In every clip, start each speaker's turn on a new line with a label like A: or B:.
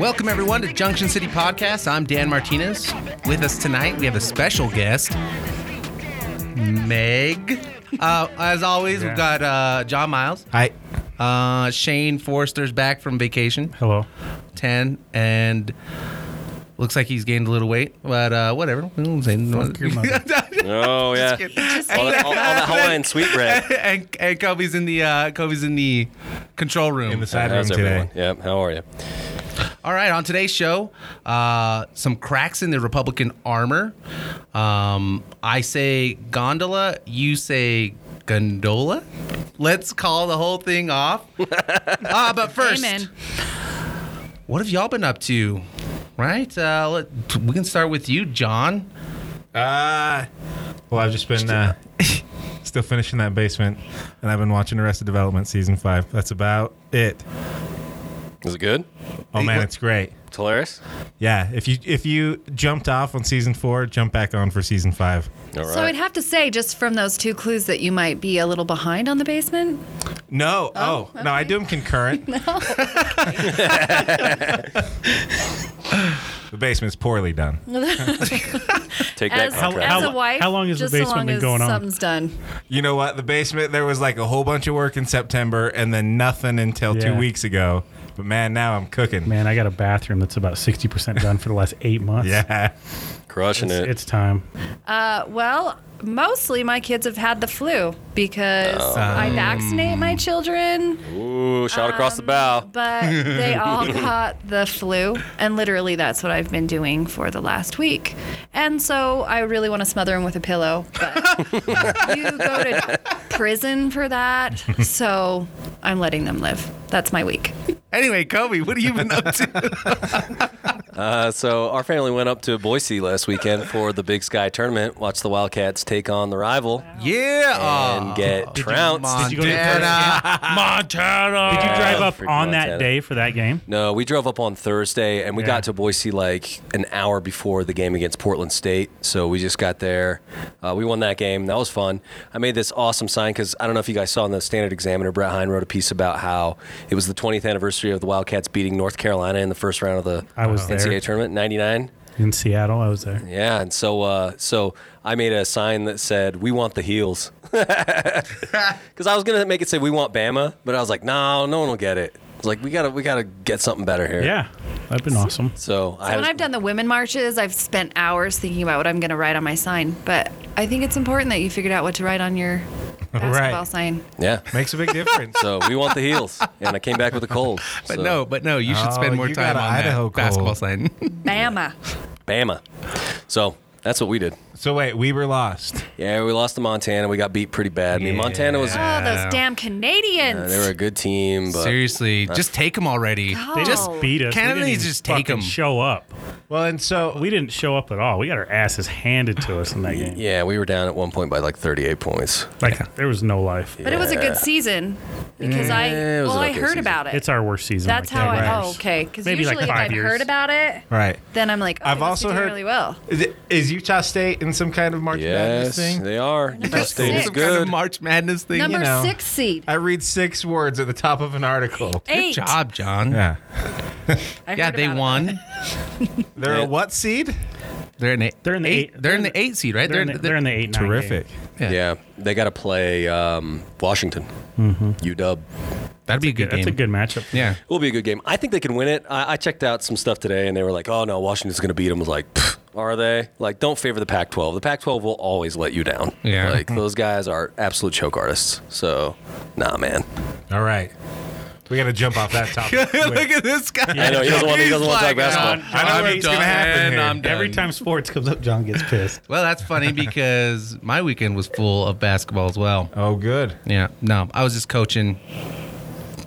A: Welcome, everyone, to Junction City Podcast. I'm Dan Martinez. With us tonight, we have a special guest, Meg. Uh, as always, we've got uh, John Miles.
B: I
A: Uh, Shane Forrester's back from vacation,
B: hello.
A: 10, and looks like he's gained a little weight, but uh, whatever. We don't say-
C: Oh yeah, all that, all, all that Hawaiian sweetbread.
A: and, and Kobe's in the uh, Kobe's in the control room.
B: In the side room
C: How's everyone?
B: today.
C: Yeah, how are you?
A: All right, on today's show, uh, some cracks in the Republican armor. Um, I say gondola, you say gondola. Let's call the whole thing off. Ah, but first,
D: Amen.
A: what have y'all been up to? Right? Uh, let, we can start with you, John.
B: Uh, well, I've just been uh, still finishing that basement, and I've been watching Arrested Development season five. That's about it.
C: Is it good?
B: Oh man, it's great.
C: It's hilarious.
B: Yeah, if you if you jumped off on season four, jump back on for season five.
C: All right.
D: So I'd have to say, just from those two clues, that you might be a little behind on the basement.
B: No, oh, no, I do them concurrent. the basement's poorly done.
C: Take that
D: As,
C: contract.
D: as
E: how-
D: a wife,
E: how long has the
D: just so
E: basement
D: long
E: been
D: as
E: going on?
D: Something's done.
B: You know what? The basement, there was like a whole bunch of work in September and then nothing until two
E: Yeah.
B: weeks ago. But man, now I'm cooking.
E: Man, I got a bathroom that's about 60% done for the last eight months.
B: Yeah.
C: Crushing it.
E: It's time.
D: Uh, well, mostly my kids have had the flu because I vaccinate my children,
C: Ooh, shot across
E: Um,
C: the bow.
D: but they all caught the flu, and literally that's what I've been doing for the last week. And so I really want to smother them with a pillow, but you go to prison for that. So I'm letting them live. That's my week.
A: Anyway, Kobe, what have you been up to?
C: Uh, so our family went up to Boise last weekend for the Big Sky tournament. Watched the Wildcats take on the rival
A: yeah. uh,
C: and get trounced.
E: Did you go to the
A: Montana. Montana.
E: Did you drive up
C: freaking
E: on
C: Montana.
E: that day for that game?
C: No, we drove up on Thursday and we
E: Yeah.
C: got to Boise like an hour before the game against Portland State. So we just got there. Uh, we won that game. That was fun. I made this awesome sign because I don't know if you guys saw in the Standard Examiner, Brett Hine wrote a piece about how it was the 20th anniversary of the Wildcats beating North Carolina in the first round of the
E: I was
C: NCAA
E: there.
C: tournament, 99.
E: In Seattle, I was there.
C: Yeah, and so uh, so I made a sign that said "We want the heels," because I was gonna make it say "We want Bama," but I was like, "No, no one will get it." I was like, "We gotta, we gotta get something better here."
E: Yeah. That'd been awesome.
C: So, I
D: So when I've done the women marches, I've spent hours thinking about what I'm going to write on my sign. But I think it's important that you figured out what to write on your basketball sign.
C: yeah.
B: Makes a big difference.
C: So we want the heels, and I came back with a cold.
A: But
C: So,
A: no, but no, you should
B: Oh,
A: spend more
B: you
A: time
B: got an
A: on
B: Idaho
A: that
B: cold.
A: basketball sign.
D: Bama.
C: Bama. So that's what we did.
B: so wait, we were lost.
C: Yeah, we lost to Montana. We got beat pretty bad. I mean, Montana was uh,
D: Oh,
A: Yeah.
D: those damn Canadians.
C: they were a good team, but
A: Seriously, just take them already.
E: They
A: Just
D: Oh.
E: beat us. We
A: Canada
E: didn't
A: needs
E: even
A: to just take
E: fucking
A: 'em.
E: Show up.
B: Well, and so
E: We didn't show up at all. We got our asses handed to us in that game.
C: yeah, we were down at one point by like 38 points.
E: Like there was no life.
D: but it was a good season because I,
C: Yeah, it was
D: well,
C: an
D: I
C: okay
D: heard
C: season.
D: about it.
E: It's our worst season.
D: That's
E: like
D: how
E: that.
D: I, oh, okay. Because
E: Maybe
D: usually
E: like
D: if
E: five
D: I'd
E: years.
D: heard about it,
B: right.
D: then I'm like, oh,
B: I've
D: they must
B: also
D: be doing
B: heard-
D: really well.
B: Is, it, is Utah State in some kind of March Madness
C: Yes,
B: thing?
C: they are. Utah
D: six.
C: State is
D: Some
A: Kind of
C: good.
A: March Madness thing.
D: Number
B: know.
D: six seed.
B: I read six words at the top of an article.
D: Eight.
A: Good job, John.
B: Yeah.
D: I
A: Yeah,
D: heard
A: they
D: about it.
A: won.
B: They're a what seed?
A: They're in.
E: They're in the eight-
A: They're in the eight seed, right?
E: They're in the, they're in the eight. nine game.
A: Yeah.
C: Yeah, they got to play um, Washington. UW.
A: That'd be a good game.
E: That's a good matchup.
A: Yeah.
C: Will be a good game. I think they can win it. I, I checked out some stuff today, and they were like, "Oh no, Washington's going to beat them." I was like, "Pfft, "Are they? Like, don't favor the Pac-12. The Pac-12 will always let you down.
A: Yeah.
C: like those guys are absolute choke artists. So, nah, man.
B: All right. We got to jump off that topic.
A: Look at this guy.
C: I know he doesn't want. He
A: He's
C: doesn't want to
A: like,
C: talk basketball.
E: John,
B: I know
A: I'm
B: what's gonna
A: done.
B: happen here.
A: I'm done.
E: Every time sports comes up, John gets pissed.
A: Well, that's funny because my weekend was full of basketball as well.
B: oh, good.
A: Yeah. No, I was just coaching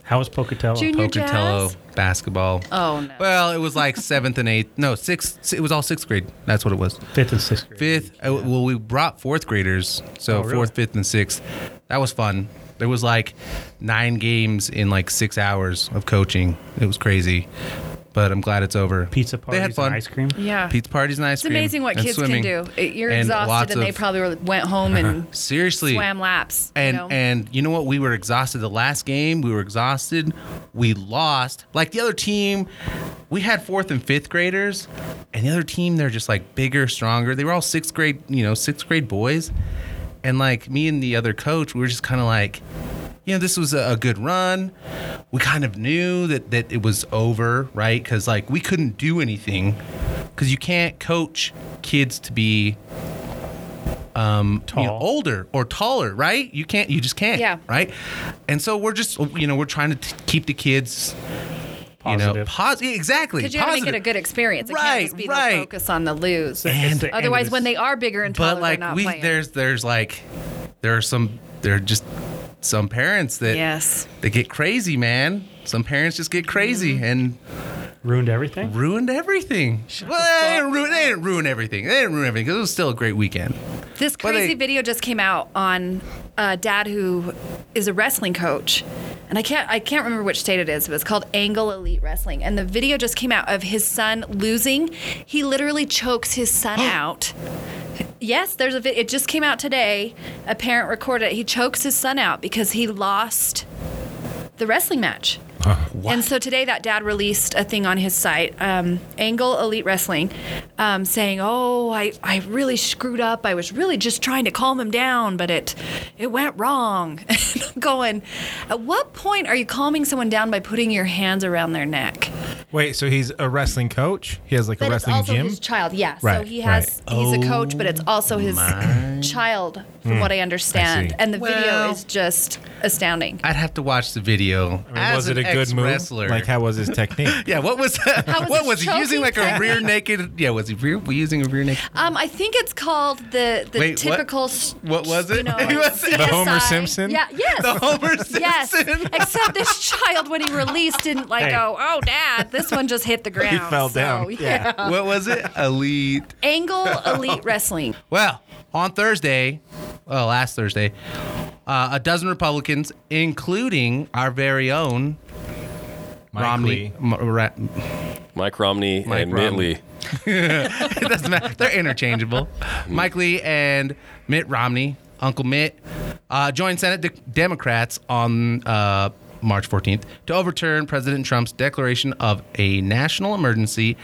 E: How was Pocatello?
D: Junior
A: Pocatello
D: Jazz?
A: basketball.
D: Oh, no.
A: Well, it was like seventh and eighth. No, sixth. It was all sixth grade. That's what it was.
E: Fifth and sixth grade.
A: fifth. uh, Well, we brought fourth graders, so
E: Oh, really?
A: fourth, fifth, and sixth. That was fun. There was like nine games in like six hours of coaching. It was crazy. but I'm glad it's over.
E: Pizza parties,
A: They had fun.
E: and ice cream.
D: Yeah.
A: Pizza parties and ice
D: It's
A: cream.
D: amazing what
A: and
D: kids
A: swimming.
D: can do. It- You're
A: And
D: exhausted,
A: lots
D: and they
A: of-
D: probably were- went home and
A: seriously
D: swam laps. you
A: And
D: know?
A: and you know what? We were exhausted. The last game, we were exhausted. We lost. Like the other team, we had fourth and fifth graders, and the other team, they're just like bigger, stronger. They were all sixth grade, you know, sixth grade boys. And like me and the other coach, we were just kind of like, you know, this was a, a good run. We kind of knew that that it was over, right? Because like we couldn't do anything, because you can't coach kids to be you know,
E: Tall.
A: older or taller, right? You can't, you just can't,
D: Yeah.
A: right? And so we're just, you know, we're trying to t- keep the kids, you know,
E: Positive.
A: positive, exactly,
D: Because you have to make it
A: positive.
D: a good experience. It
A: Right,
D: can't just be
A: right.
D: the focus on the lose.
E: It's the end of
D: Otherwise,
E: this-
D: when they are bigger and
A: but
D: taller, they're
A: like
D: not
A: we,
D: playing.
A: there's, there's like, there are some, there are just some parents that
D: yes.
A: they get crazy, man. Some parents just get crazy
D: Mm-hmm.
A: and
E: ruined everything.
A: ruined everything. well, they didn't, ruin, they didn't ruin everything. They didn't ruin everything because it was still a great weekend.
D: This
A: But
D: crazy
A: they-
D: video just came out on a dad who is a wrestling coach. And I can't I can't remember which state it is, but it's called Angle Elite Wrestling. And the video just came out of his son losing. He literally chokes his son out. Yes, there's a vi- it just came out today. A parent recorded it. He chokes his son out because he lost the wrestling match. And so today, that dad released a thing on his site, um, Angle Elite Wrestling, um, saying, "Oh, I, I really screwed up. I was really just trying to calm him down, but it it went wrong." And I'm going, at what point are you calming someone down by putting your hands around their neck?
B: Wait, so he's a wrestling coach? He has like a
D: But it's
B: wrestling
D: also
B: gym?
D: his child. Yeah. so
B: Right, Oh
D: he has he's a coach, but it's also his child, from what I understand.
B: Hmm. see.
D: and the
A: Well-
D: video is just astounding.
A: I'd have to watch the video.
B: I mean,
A: As
B: was it
A: an
B: a good move?
A: ex-wrestler.
B: Like, how was his technique?
A: Yeah, what was
D: was
A: what
D: it
A: was he using
D: choking
A: like a
D: technique?
A: rear naked? Yeah, was he rear, using a rear naked?
D: Um, I think it's called the the
A: Wait, what?
D: typical. s-
A: What was
D: you
A: it?
D: know,
A: It was- The
D: CSI.
B: Homer Simpson?
D: Yeah. Yes.
A: The Homer Simpson.
D: Yes. Except this child, when he released, didn't like
E: Hey.
D: go, oh, dad, this one just hit the ground.
B: fell
D: So,
B: down.
D: Yeah.
A: What was it? Elite.
D: Angle Elite Wrestling.
A: Well, on Thursday, well, last Thursday, uh, a dozen Republicans, including our very own
B: Mike
A: Romney.
B: Lee.
A: M- Ra-
C: Mike Romney
A: Mike
C: and
A: Romney.
C: Mitt Lee.
A: it doesn't matter. They're interchangeable. Mike Lee and Mitt Romney, Uncle Mitt, uh, joined Senate de- Democrats on uh, March 14th to overturn President Trump's declaration of a national emergency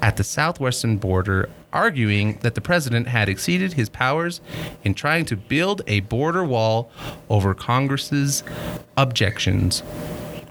A: at the southwestern border, arguing that the president had exceeded his powers in trying to build a border wall over Congress's objections.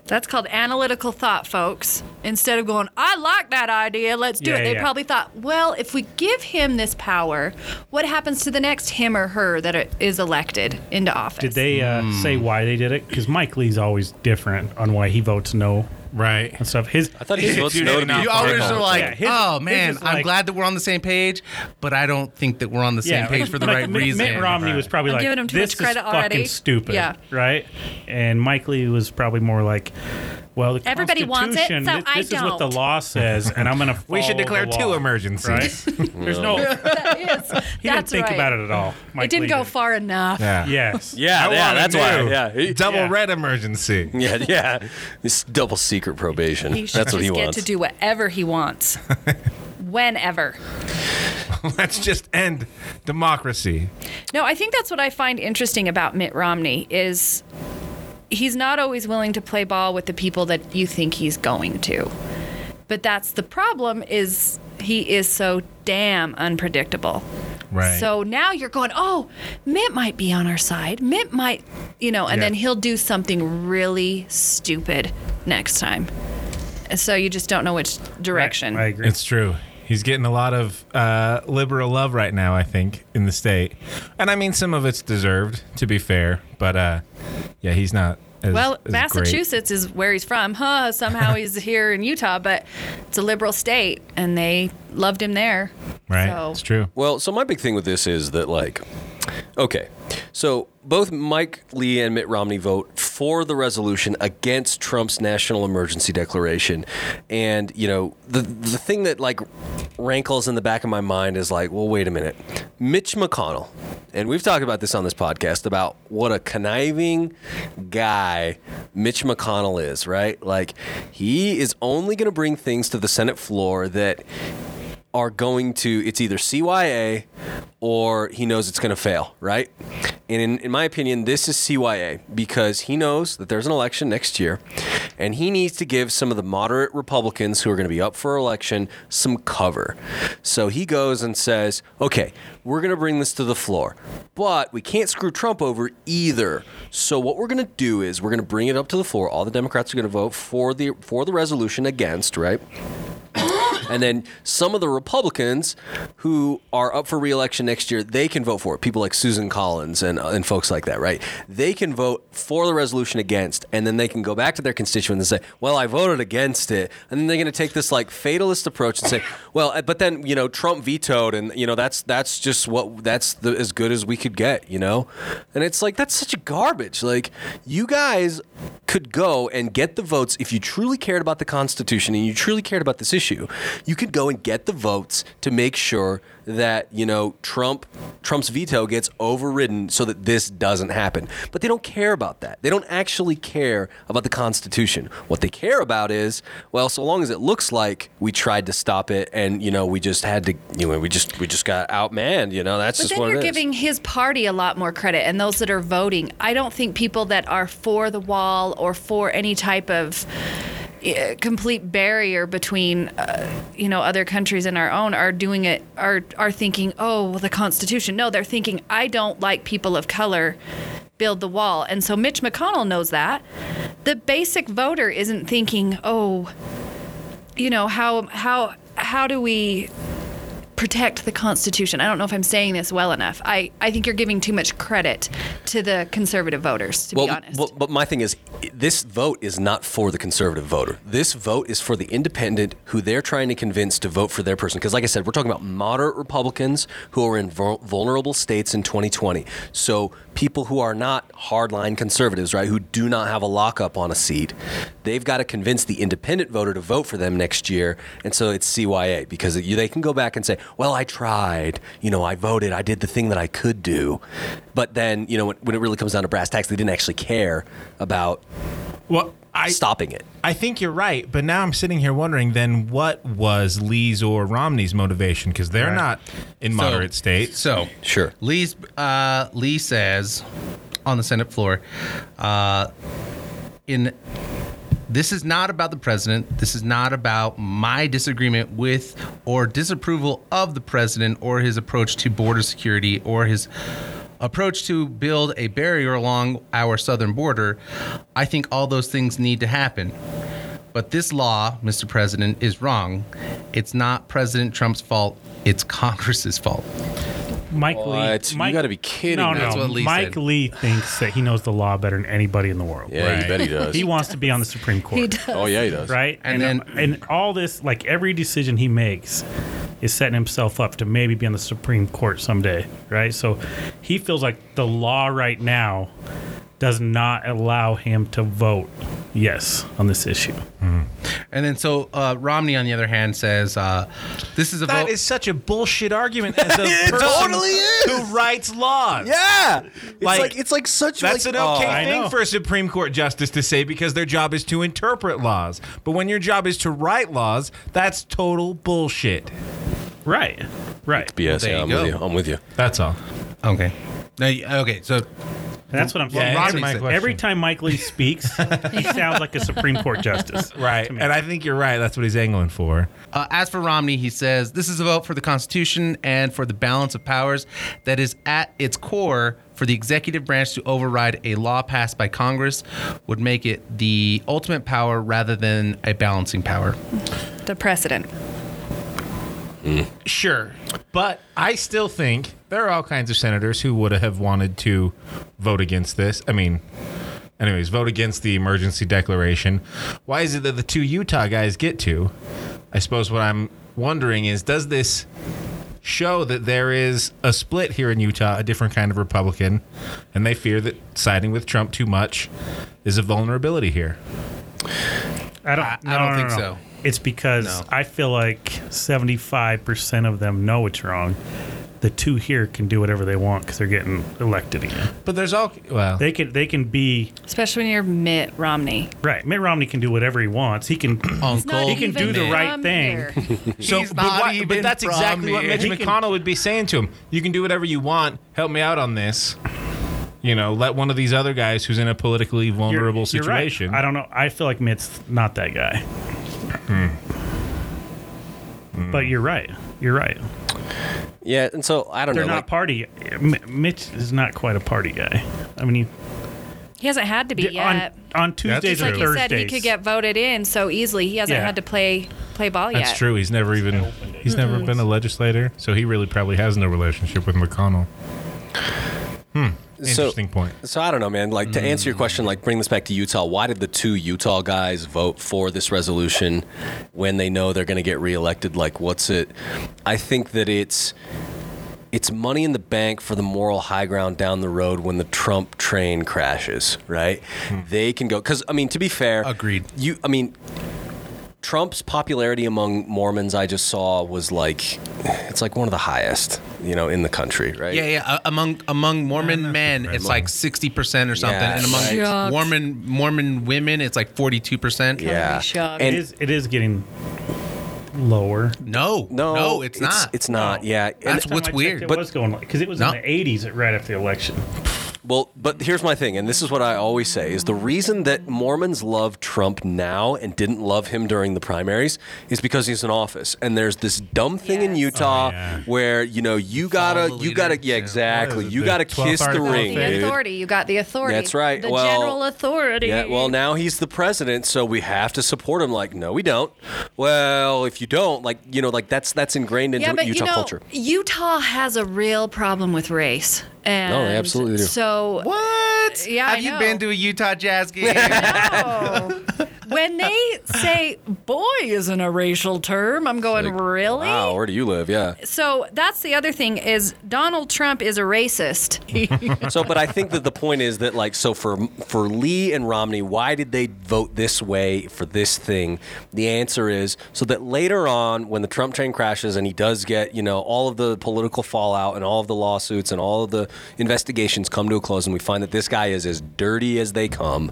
D: That's called analytical thought, folks. Instead of going, I like that idea, let's do
E: Yeah,
D: it, they
E: yeah.
D: probably thought, well, if we give him this power, what happens to the next him or her that is elected into office?
E: Did they uh, say why they did it? Because Mike Lee's always different on why he votes no
B: Right.
E: and stuff. His
C: I thought he was supposed to know to be
A: You always
C: political.
A: are like,
E: Yeah, his-
A: oh
E: his
A: man,
E: is
A: I'm
E: like-
A: glad that we're on the same page, but I don't think that we're on the same
E: like-
A: page for the
E: like
A: right
E: Mitt,
A: reason.
E: Mitt Romney was probably
D: I'm
E: like,
D: giving him too
E: "This
D: much credit
E: is fucking
D: already."
E: stupid,"
D: Yeah.
E: right? And Mike Lee was probably more like, "Well, the
D: Everybody wants it,
E: Constitution,
D: so
E: thi-
D: I
E: this, is what the
D: don't.
E: law says, and I'm gonna."
B: We should
E: follow
B: declare
E: the law,
B: two emergencies.
E: Right? There's no.
D: that is,
E: He didn't
D: that's
E: think
D: right.
E: about it at all. Mike
D: It didn't
E: Lee
D: go
E: did.
D: far enough.
B: Yeah.
E: Yes.
C: Yeah,
B: I
C: yeah,
B: wanna
C: that's
B: know.
C: why. Yeah, he-
B: Double
E: Yeah.
B: red emergency.
C: yeah, yeah. This double secret probation.
D: He should
C: That's
D: just
C: what he
D: get
C: wants.
D: to do whatever he wants, whenever.
B: Let's just end democracy.
D: No, I think that's what I find interesting about Mitt Romney is he's not always willing to play ball with the people that you think he's going to. But that's the problem is he is so damn unpredictable.
B: Right.
D: So now you're going, "Oh, Mitt might be on our side. Mitt might, you know, and
B: Yeah.
D: then he'll do something really stupid next time." And So you just don't know which direction.
E: I agree.
B: It's true. He's getting a lot of uh, liberal love right now, I think, in the state. And I mean, some of it's deserved, to be fair. But uh, yeah, he's not. As,
D: Well,
B: as great.
D: Massachusetts is where he's from, huh? Somehow he's here in Utah, but it's a liberal state, and they loved him there.
B: Right.
D: So-
B: It's true.
C: Well, so my big thing with this is that like, okay, so both Mike Lee and Mitt Romney vote for the resolution against Trump's national emergency declaration. And, you know, the the thing that like rankles in the back of my mind is like, well, wait a minute. Mitch McConnell, and we've talked about this on this podcast about what a conniving guy Mitch McConnell is, right? Like he is only going to bring things to the Senate floor that are going to it's either CYA or he knows it's going to fail, right? And in, in my opinion, this is CYA because he knows that there's an election next year and he needs to give some of the moderate Republicans who are going to be up for election some cover. So he goes and says, okay, we're going to bring this to the floor, but we can't screw Trump over either. So what we're going to do is we're going to bring it up to the floor. All the Democrats are going to vote for the for the resolution against, right? And then some of the Republicans who are up for reelection next year, they can vote for it. People like Susan Collins and, uh, and folks like that, right? They can vote for the resolution against, and then they can go back to their constituents and say, well, I voted against it. And then they're going to take this like fatalist approach and say, well, uh, but then, you know, Trump vetoed, and, you know, that's that's just what that's the, as good as we could get, you know? And it's like, that's such a garbage. Like, you guys could go and get the votes if you truly cared about the Constitution and you truly cared about this issue. You could go and get the votes to make sure that you know Trump Trump's veto gets overridden so that this doesn't happen. But they don't care about that. They don't actually care about the Constitution. What they care about is well, so long as it looks like we tried to stop it and you know we just had to you know we just we just got outmanned. You know that's
D: But
C: just
D: then
C: what
D: you're
C: it is.
D: giving his party a lot more credit and those that are voting. I don't think people that are for the wall or for any type of uh, complete barrier between uh, you know other countries and our own are doing it are are thinking oh well the constitution no they're thinking i don't like people of color build the wall and so mitch mcconnell knows that the basic voter isn't thinking oh you know how how how do we protect the Constitution. I don't know if I'm saying this well enough. I, I think you're giving too much credit to the conservative voters, to
C: well,
D: be honest.
C: well, but my thing is, this vote is not for the conservative voter. This vote is for the independent who they're trying to convince to vote for their person. Because, like I said, we're talking about moderate Republicans who are in vul- vulnerable states in 2020. So, people who are not hardline conservatives, right, who do not have a lockup on a seat, they've got to convince the independent voter to vote for them next year. And so it's CYA because you, they can go back and say, well, I tried, you know, I voted, I did the thing that I could do. But then, you know, when, when it really comes down to brass tacks, they didn't actually care about
B: Well, I
C: stopping it.
B: I think you're right, but now I'm sitting here wondering then what was Lee's or Romney's motivation because they're not in moderate state.
A: So
C: Sure.
A: Lee's uh, Lee says on the Senate floor, uh, in this is not about the president. This is not about my disagreement with or disapproval of the president or his approach to border security or his approach to build a barrier along our southern border. I think all those things need to happen. But this law, Mr. President, is wrong. It's not President Trump's fault. It's Congress's fault.
E: Mike
C: What?
E: Lee.
C: You
E: Mike,
C: gotta be kidding
E: No,
C: me.
E: no.
A: That's what Lee
E: Mike
A: said.
E: Lee thinks that he knows the law better than anybody in the world.
C: Yeah,
B: you Right. bet he
C: does.
E: He wants to be on the Supreme Court.
D: he does.
C: oh, yeah, he does.
E: Right?
A: And then-
E: and all this, like every decision he makes is setting himself up to maybe be on the Supreme Court someday, right? So he feels like the law right now does not allow him to vote yes on this issue.
A: And then so uh, Romney, on the other hand, says uh, this is a
B: That
A: vote.
B: is such a bullshit argument as a
C: It
B: person
C: totally is.
B: who writes laws.
C: Yeah. It's
B: Like-
C: like, it's like such
B: That's
C: like, oh,
B: an okay
E: I
B: thing
E: know.
B: for a Supreme Court justice to say because their job is to interpret laws. But when your job is to write laws, that's total bullshit.
E: Right. Right.
C: BS.
A: There
C: yeah,
A: you
C: I'm
A: go.
C: with you. I'm with you.
B: That's all.
A: okay. No, you- okay. So
E: And that's what I'm saying.
A: Romney
B: answer my
A: said-
B: question.
E: Every time Mike Lee speaks, he sounds like a Supreme Court justice.
B: Right.
E: to me.
B: And I think you're right. That's what he's angling for.
A: uh, as for Romney, he says this is a vote for the Constitution and for the balance of powers that is at its core for the executive branch to override a law passed by Congress would make it the ultimate power rather than a balancing power.
D: The precedent.
B: Sure. But I still think there are all kinds of senators who would have wanted to vote against this. I mean, anyways, vote against the emergency declaration. Why is it that the two Utah guys get to? I suppose what I'm wondering is does this show that there is a split here in Utah, a different kind of Republican, and they fear that siding with Trump too much is a vulnerability here.
E: I don't.
A: I- I
E: no,
A: don't
E: no,
A: think
E: no.
A: so.
E: It's because
A: No.
E: I feel like seventy-five percent of them know it's wrong. The two here can do whatever they want because they're getting elected again.
B: But there's all well,
E: They can. They can be
D: Especially when you're Mitt Romney.
E: right. Mitt Romney can do whatever he wants. He can.
A: Uncle
E: He can do the
A: Mitt.
E: right
D: from
E: thing.
D: here.
B: so
A: He's
B: but,
A: not
B: why- but
A: even
B: that's
A: from
B: exactly what
A: here.
B: Mitch
E: He can-
B: McConnell would be saying to him. You can do whatever you want. Help me out on this. You know, let one of these other guys who's in a politically
E: You're-
B: vulnerable
E: you're right.
B: situation.
E: I don't know. I feel like Mitt's not that guy.
A: Hmm.
E: But you're right. You're right.
C: Yeah, and so I don't
E: They're
C: know.
E: not
C: like-
E: party. M- Mitch is not quite a party guy. I mean,
D: He hasn't had to be
E: he,
D: yet.
E: on on Tuesdays
D: Just like
E: or
D: you
E: Thursdays,
D: said, he could get voted in so easily. He hasn't
E: Yeah.
D: had to play play ball yet.
B: That's true. He's never even he's never been a legislator, so he really probably has no relationship with McConnell. Hmm.
C: so,
B: Interesting point.
C: So I don't know, man. Like to answer your question, like bring this back to Utah. Why did the two Utah guys vote for this resolution when they know they're going to get reelected? Like, what's it? I think that it's it's money in the bank for the moral high ground down the road when the Trump train crashes. Right? They can go because I mean, to be fair,
A: Agreed.
C: You, I mean, Trump's popularity among Mormons, I just saw was like it's like one of the highest, you know, in the country. Right?
A: Yeah, yeah. Uh, among among Mormon men, it's like sixty percent or something,
C: Yeah,
A: and among
C: right.
D: Shucks.
A: Mormon Mormon women, it's like forty two percent.
C: Yeah.
D: shocked.
E: It
C: And
E: is. It is getting lower.
A: No,
C: No,
A: no, no, it's, not.
C: It's not. Yeah. And-
A: That's
E: Last time
A: what's
E: I checked,
A: weird,
E: It
A: but-
E: was going because it was
A: No.
E: in the '80s, right after the election.
C: well, but here's my thing, and this is what I always say: is the reason that Mormons love Trump now and didn't love him during the primaries is because he's in office, and there's this dumb thing in
A: Oh,
D: Yes.
C: Utah
B: yeah.
C: where you know you gotta,
A: the
C: you gotta,
A: leader,
C: yeah,
A: yeah.
C: exactly,
B: Yeah,
C: you
B: the
C: gotta
B: 12th
C: kiss the
B: article
C: ring,
D: the
C: dude.
D: authority. You got the authority.
C: That's right.
D: The
C: Well-
D: general authority.
C: Yeah, well, now he's the president, so we have to support him. Like, no, we don't. Well, if you don't, like, you know, like that's that's ingrained into
D: yeah, but
C: Utah
D: you know,
C: culture.
D: Utah has a real problem with race. And
C: No, they absolutely do.
D: So
A: what?
D: Yeah,
A: Have
D: I
A: you
D: know.
A: been to a Utah Jazz game?
D: No. oh, when they say boy isn't a racial term, I'm going,
C: Like,
D: really?
C: Wow, where do you live? Yeah.
D: So that's the other thing is Donald Trump is a racist.
C: So, but I think that the point is that, like, so for for Lee and Romney, why did they vote this way for this thing? The answer is so that later on, when the Trump train crashes and he does get, you know, all of the political fallout and all of the lawsuits and all of the investigations come to a close, and we find that this guy is as dirty as they come,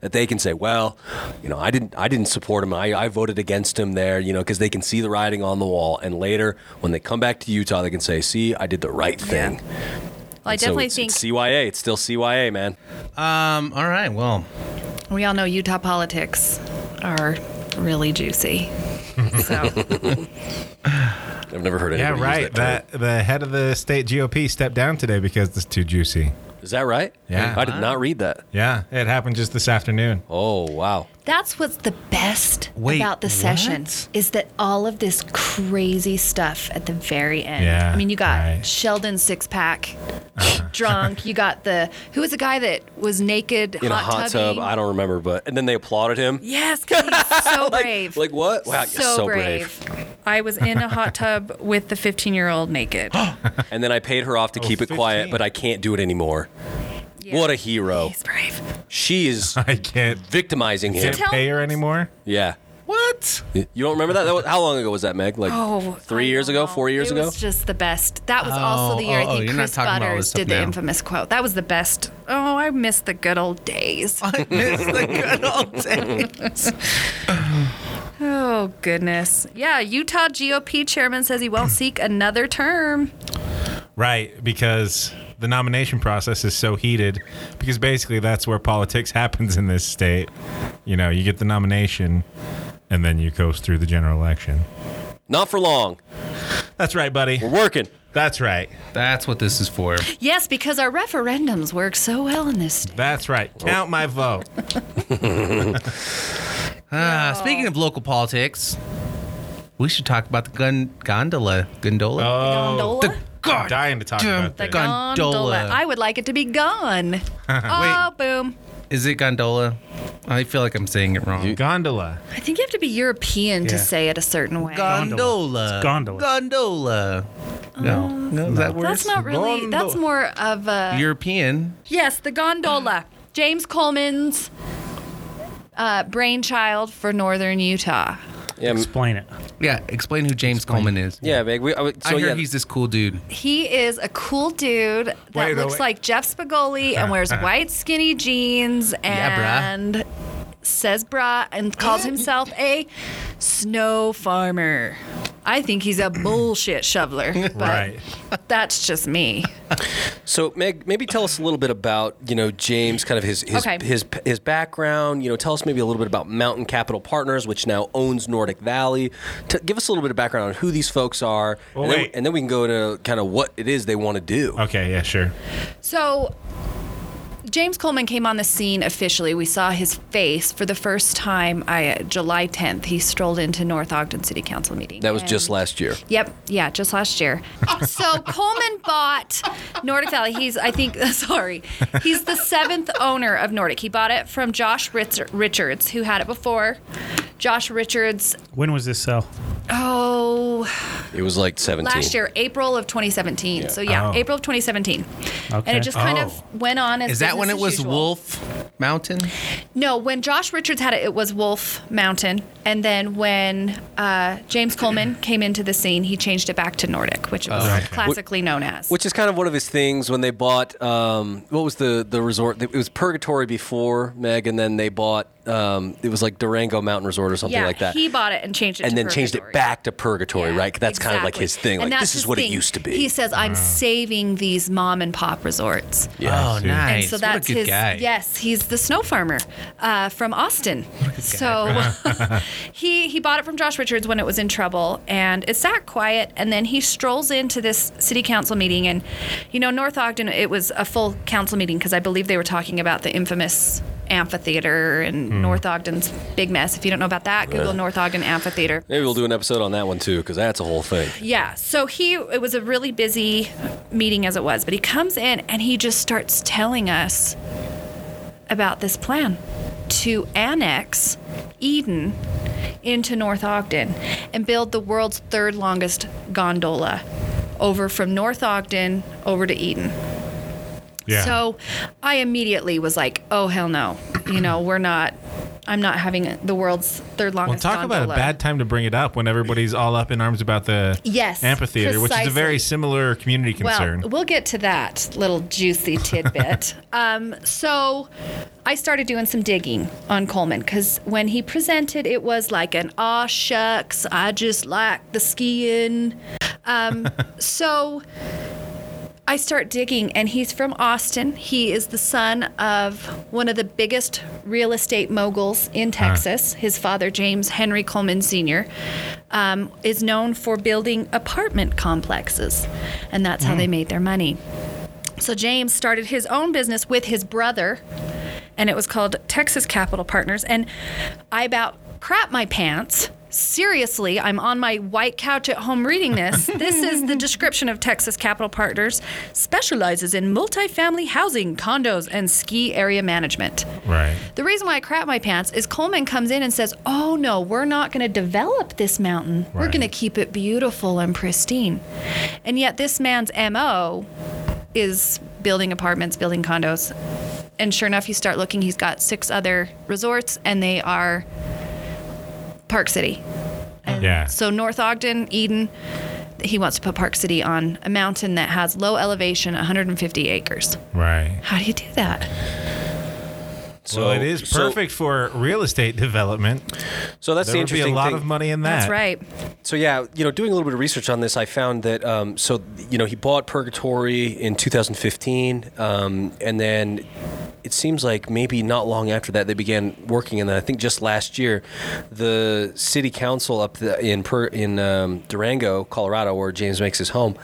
C: that they can say, well, you know, I didn't I didn't support him, I, I voted against him there, you know, because they can see the writing on the wall, and later when they come back to Utah, they can say, see, I did the right thing.
D: Well, I
C: So
D: definitely
C: it's-
D: think
C: it's CYA. It's still CYA, man.
A: um. All right. Well,
D: we all know Utah politics are really juicy. So
C: I've never heard
B: Yeah,
C: anybody use
B: right.
C: that,
B: That the head of the state GOP stepped down today because it's too juicy.
C: term. Is that right?
B: Yeah.
C: I did
D: Uh-huh.
C: not read that.
B: Yeah, it happened just this afternoon.
C: Oh wow.
D: that's what's the best
A: Wait,
D: about the session
A: what?
D: is that all of this crazy stuff at the very end.
B: Yeah,
D: I mean, you got
B: right.
D: Sheldon six pack drunk. You got the who was the guy that was naked
C: In a hot tub,
D: tubbing?
C: I don't remember, but and then they applauded him.
D: Yes, 'cause he's so brave.
C: Like what? Wow, you're so brave.
D: I was in a hot tub with the 15 year old naked.
C: And then I paid her off to keep it
B: 15.
C: quiet, but I can't do it anymore.
D: Yeah.
C: What a hero.
D: He's brave.
C: She is
B: I can't
C: victimizing him.
B: can't
D: Tell-
B: pay her anymore.
C: Yeah.
A: what?
C: You don't remember that? that was, how long ago was that, Meg? Like
D: Oh,
C: three
D: I
C: years
D: don't
C: ago?
D: know.
C: Four years
D: it
C: ago?
D: was just the best. That was also the year
A: Oh, oh,
D: I
A: oh,
D: think
A: you're not
D: Chris
A: talking about all
D: Butters
A: this stuff
D: did the
A: now.
D: infamous quote. That was the best. Oh, I miss the good old days.
A: I miss the good old days.
D: Oh, goodness. Yeah, Utah GOP chairman says he won't seek another term.
B: Right, because the nomination process is so heated because basically that's where politics happens in this state. You know, you get the nomination and then you coast through the general election.
C: Not for long.
B: That's right, buddy.
C: We're working.
B: That's right.
A: That's what this is for.
D: Yes, because our referendums work so well in this state.
B: That's right. Count my vote.
A: Uh, speaking of local politics, we should talk about the gun gondola. Gondola.
D: Gondola?
A: God,
B: I'm dying to talk
A: damn
B: about
D: The
B: this.
A: gun- Oh, Gondola.
D: gondola. I would like it to be gone. oh, boom.
A: is it gondola? I feel like I'm saying it wrong.
B: Gondola.
D: I think you have to be European to
E: Yeah.
D: say it a certain way.
A: Gondola. Uh,
E: Gondola.
A: Gondola. No, no, is that worse?
D: That's not really.
B: Gondo-
D: That's more of a.
A: European.
D: yes, the gondola. James Coleman's uh, brainchild for northern Utah.
C: Yeah, m-
E: Explain it.
A: Yeah, explain who James Coleman is.
C: yeah, big. We, I, would- so
A: I heard
C: yeah,
A: he's this cool dude.
D: He is a cool dude that
B: Wait, no,
D: looks
B: wait.
D: like Jeff Spigoli and wears white skinny jeans
A: Yeah,
D: and says bra and calls himself a snow farmer. I think he's a bullshit shoveler, but
B: Right.
D: that's just me.
C: So Meg, maybe tell us a little bit about you know James, kind of his his
D: Okay.
C: his, his background. You know, tell us maybe a little bit about Mountain Capital Partners, which now owns Nordic Valley. T- give us a little bit of background on who these folks are,
B: Well,
C: and, then,
B: wait.
C: and then we can go to kind of what it is they want to do.
B: Okay, yeah, sure.
D: So James Coleman came on the scene officially. We saw his face for the first time I, uh, July 10th. He strolled into North Ogden City Council meeting.
C: That was
D: and-
C: just last year.
D: Yep. Yeah, just last year. so Coleman bought Nordic Valley. He's, I think, sorry, he's the seventh owner of Nordic. He bought it from Josh Ritz- Richards, who had it before. Josh Richards,
E: When was this sell?
D: oh,
C: It was like seventeen.
D: last year, April of 2017. So yeah,
B: Oh.
D: April of 2017. And
E: Okay.
D: it just kind
B: Oh.
D: of went on. As
A: Is that
D: business
A: when it
D: as
A: was
D: usual.
A: Wolf Mountain?
D: No, when Josh Richards had it, it was Wolf Mountain, and then when uh, James Coleman came into the scene, he changed it back to Nordic, which it
C: Oh,
D: was classically known as.
C: Which is kind of one of his things when they bought um, what was the the resort? It was Purgatory before Meg, and then they bought um, it was like Durango Mountain Resort or something
D: yeah,
C: like that.
D: he bought it and changed it,
C: and
D: to
C: then changed it
D: Purgatory.
C: back to Purgatory,
D: Yeah,
C: right? 'Cause That's kind of like
D: exactly.
C: his thing.
D: And
C: Like
D: that's
C: this is
D: his
C: what it
D: thing.
C: used to be.
D: He says, "I'm saving these mom and pop resorts."
B: Yeah, I
A: Oh,
B: see.
A: nice.
D: And so that's
A: what a good
D: his.
A: guy.
D: Yes, he's the snow farmer uh, from Austin. So he he bought it from Josh Richards when it was in trouble, and it sat quiet. And then he strolls into this city council meeting, and you know North Ogden, it was a full council meeting because I believe they were talking about the infamous amphitheater and
A: Hmm.
D: North Ogden's big mess. If you don't know about that, Google North Ogden amphitheater.
C: Maybe we'll do an episode on that one too, because that's a whole thing.
D: Yeah. So he, it was a really busy meeting as it was, but he comes in and he just starts telling us about this plan to annex Eden into North Ogden and build the world's third longest gondola over from North Ogden over to Eden.
B: Yeah.
D: So I immediately was like, oh, hell no. You know, we're not, I'm not having the world's third
B: well,
D: longest
B: talk about a
D: gondola.
B: bad time to bring it up when everybody's all up in arms about the
D: Yes,
B: amphitheater, which is a very
D: precisely.
B: similar community concern.
D: Well, we'll get to that little juicy tidbit. um, so I started doing some digging on Coleman because when he presented, it was like an aw shucks, I just like the skiing. Um, so I start digging, and he's from Austin. He is the son of one of the biggest real estate moguls in Texas. His father, James Henry Coleman Sr., um, is known for building apartment complexes, and that's how they made their money. So James started his own business with his brother, and it was called Texas Capital Partners. And I about crap my pants. Seriously, I'm on my white couch at home reading this. this is the description of Texas Capital Partners specializes in multifamily housing, condos, and ski area management.
B: right.
D: The reason why I crap my pants is Coleman comes in and says, Oh no, we're not going to develop this mountain. We're
B: Right.
D: going to keep it beautiful and pristine. And yet, this man's MO is building apartments, building condos. And sure enough, you start looking, he's got six other resorts, and they are Park City.
B: Yeah.
D: So North Ogden, Eden, he wants to put Park City on a mountain that has low elevation, 150 acres.
B: right.
D: How do you do that?
C: So
B: well, it is
C: so-
B: perfect for real estate development.
C: So, that's the
B: there would be
C: interesting
B: a lot
C: thing.
B: of money in that.
D: That's right.
C: So yeah, you know, doing a little bit of research on this, I found that um, so you know he bought Purgatory in 2015, um, and then it seems like maybe not long after that they began working, and then I think just last year, the city council up the, in Pur- in um, Durango, Colorado, where James makes his home,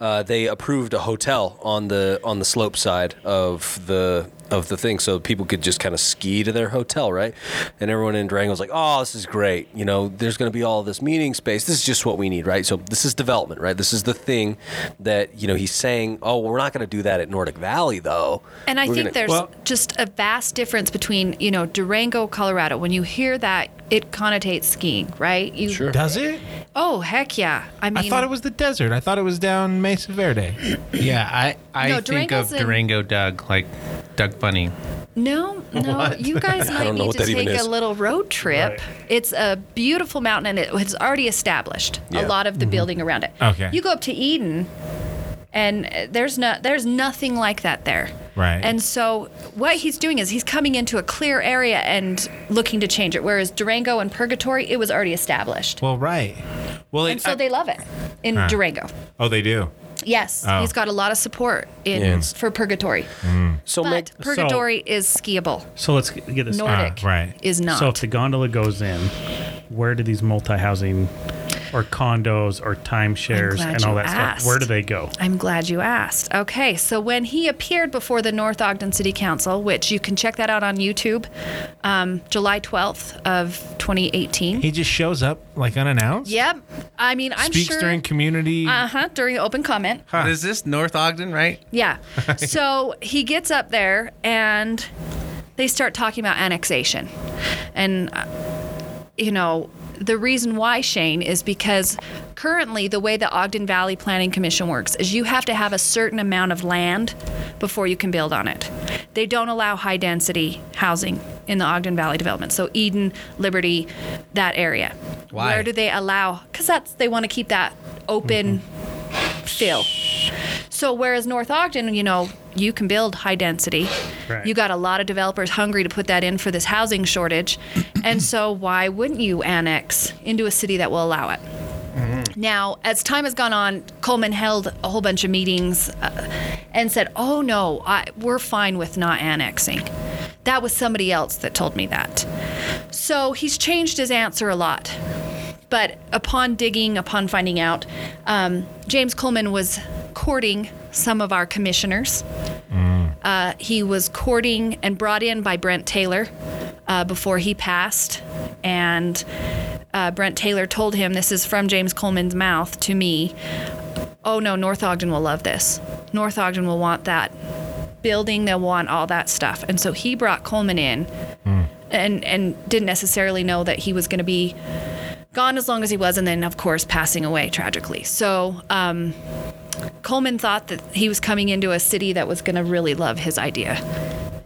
C: uh, they approved a hotel on the on the slope side of the of the thing, so people could just kind of ski to their hotel, right? And everyone in Durango was like, "Oh, this is great. You know, there's going to be all this meeting space. This is just what we need, right? So this is development, right? This is the thing that you know he's saying. Oh, well, we're not going to do that at Nordic Valley, though.
D: And I
C: We're
D: think
C: gonna-
D: there's
B: Well-
D: just a vast difference between, you know, Durango, Colorado. When you hear that, it connotates skiing, right? You, sure.
B: Does it?
D: Oh, heck yeah. I mean,
B: I thought it was the desert. I thought it was down Mesa Verde.
A: Yeah, I, I think
D: No,
A: of
D: Durango's in-
A: Durango Doug, like Doug Bunny.
D: No, no. You guys might
C: don't know
D: need
C: what
D: to
C: that even
D: take a
C: is.
D: little road trip. It's a beautiful mountain and it, it's already established a
C: Yeah.
D: lot of the building around it.
B: Mm-hmm. Okay.
D: You go up to Eden and uh, there's no there's nothing like that there.
B: Right.
D: And so what he's doing is he's coming into a clear area and looking to change it whereas Durango and Purgatory it was already established.
B: Well, right. Well,
D: and
B: it-
D: so
B: I-
D: they love it in
B: Huh.
D: Durango.
B: oh, they do.
D: Yes,
B: Oh.
D: he's got a lot of support in
C: Yeah.
D: for Purgatory.
C: so
D: But
C: make
D: Purgatory is skiable.
E: So let's g- get this.
D: Nordic
B: Ah, right.
D: is not.
E: So if the gondola goes in, where do these multi-housing or condos or timeshares
D: glad
E: and all
D: you
E: that
D: asked.
E: stuff, where do they go?
D: I'm glad you asked. Okay, so when he appeared before the North Ogden City Council, which you can check that out on YouTube, um, July 12th of 2018.
B: He just shows up like unannounced.
D: yep. I mean, I'm
B: Speaks
D: sure.
B: during community.
D: uh huh. During open comment.
A: What is this? North Ogden, right?
D: Yeah. so he gets up there and they start talking about annexation. And, uh, you know, the reason why, Shane, is because currently the way the Ogden Valley Planning Commission works is you have to have a certain amount of land before you can build on it. They don't allow high density housing in the Ogden Valley development. So Eden, Liberty, that area.
A: Why?
D: Where do they allow? Because that's they want to keep that open still. So whereas North Ogden, you know, you can build high density.
E: Right.
D: You got a lot of developers hungry to put that in for this housing shortage. and so why wouldn't you annex into a city that will allow it? Now, as time has gone on, Coleman held a whole bunch of meetings uh, and said, "Oh no, I, we're fine with not annexing." That was somebody else that told me that. So he's changed his answer a lot. But upon digging, upon finding out, um, James Coleman was courting some of our commissioners. Uh, he was courting and brought in by Brent Taylor uh, before he passed. And uh, Brent Taylor told him, This is from James Coleman's mouth to me. Oh no, North Ogden will love this. North Ogden will want that building, they'll want all that stuff. And so he brought Coleman in and, and didn't necessarily know that he was going to be gone as long as he was, and then, of course, passing away tragically. So um, Coleman thought that he was coming into a city that was going to really love his idea.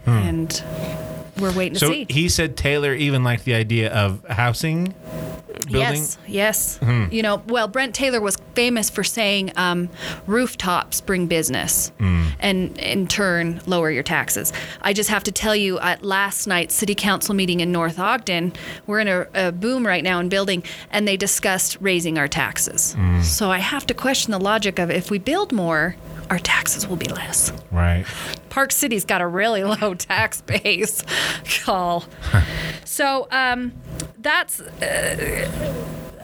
D: And we're waiting to
B: so
D: see.
B: he said Taylor even liked the idea of housing building.
D: Yes, yes. You know, well, Brent Taylor was famous for saying um, rooftops bring business and in turn lower your taxes. I just have to tell you, at last night's city council meeting in North Ogden, we're in a, a boom right now in building, and they discussed raising our taxes. So I have to question the logic of if we build more, our taxes will be less.
B: Right.
D: Park City's got a really low tax base. Call. so um, that's uh,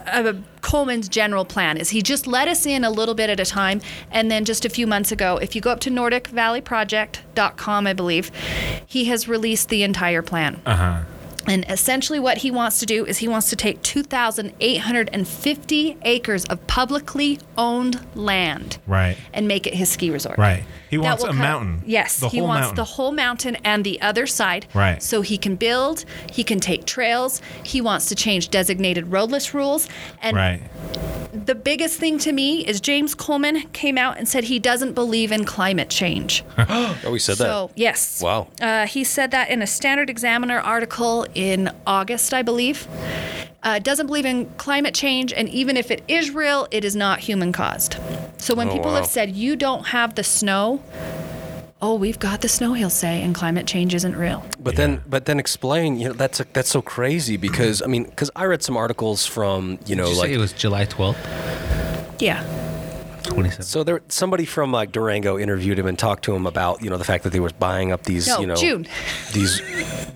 D: uh, Coleman's general plan is he just let us in a little bit at a time, and then just a few months ago, if you go up to NordicValleyProject.com, I believe, he has released the entire plan.
B: Uh-huh.
D: And essentially, what he wants to do is he wants to take 2,850 acres of publicly owned land
B: Right.
D: and make it his ski resort.
B: Right. He
D: That
B: wants
D: will
B: a
D: cut-
B: mountain.
D: Yes,
B: The
D: he
B: whole
D: wants
B: mountain.
D: the whole mountain and the other side.
B: Right.
D: So he can build, he can take trails, he wants to change designated roadless rules. And
B: Right.
D: the biggest thing to me is James Coleman came out and said he doesn't believe in climate change.
C: oh, we said
D: so, yes.
C: Wow.
D: Uh, he said that in a Standard Examiner article in August, I believe. Uh, doesn't believe in climate change, and even if it is real, it is not human caused. So when
C: Oh,
D: people
C: wow.
D: have said, you don't have the snow, oh, we've got the snow, he'll say, and climate change isn't real.
C: But then, but then explain. You know, that's that's so crazy because I mean, because I read some articles from you know
A: Did you
C: like
A: say it was July 12th?
D: Yeah.
A: 27.
C: So there, somebody from like Durango interviewed him and talked to him about you know the fact that they was buying up these
D: No,
C: you know
D: June.
C: these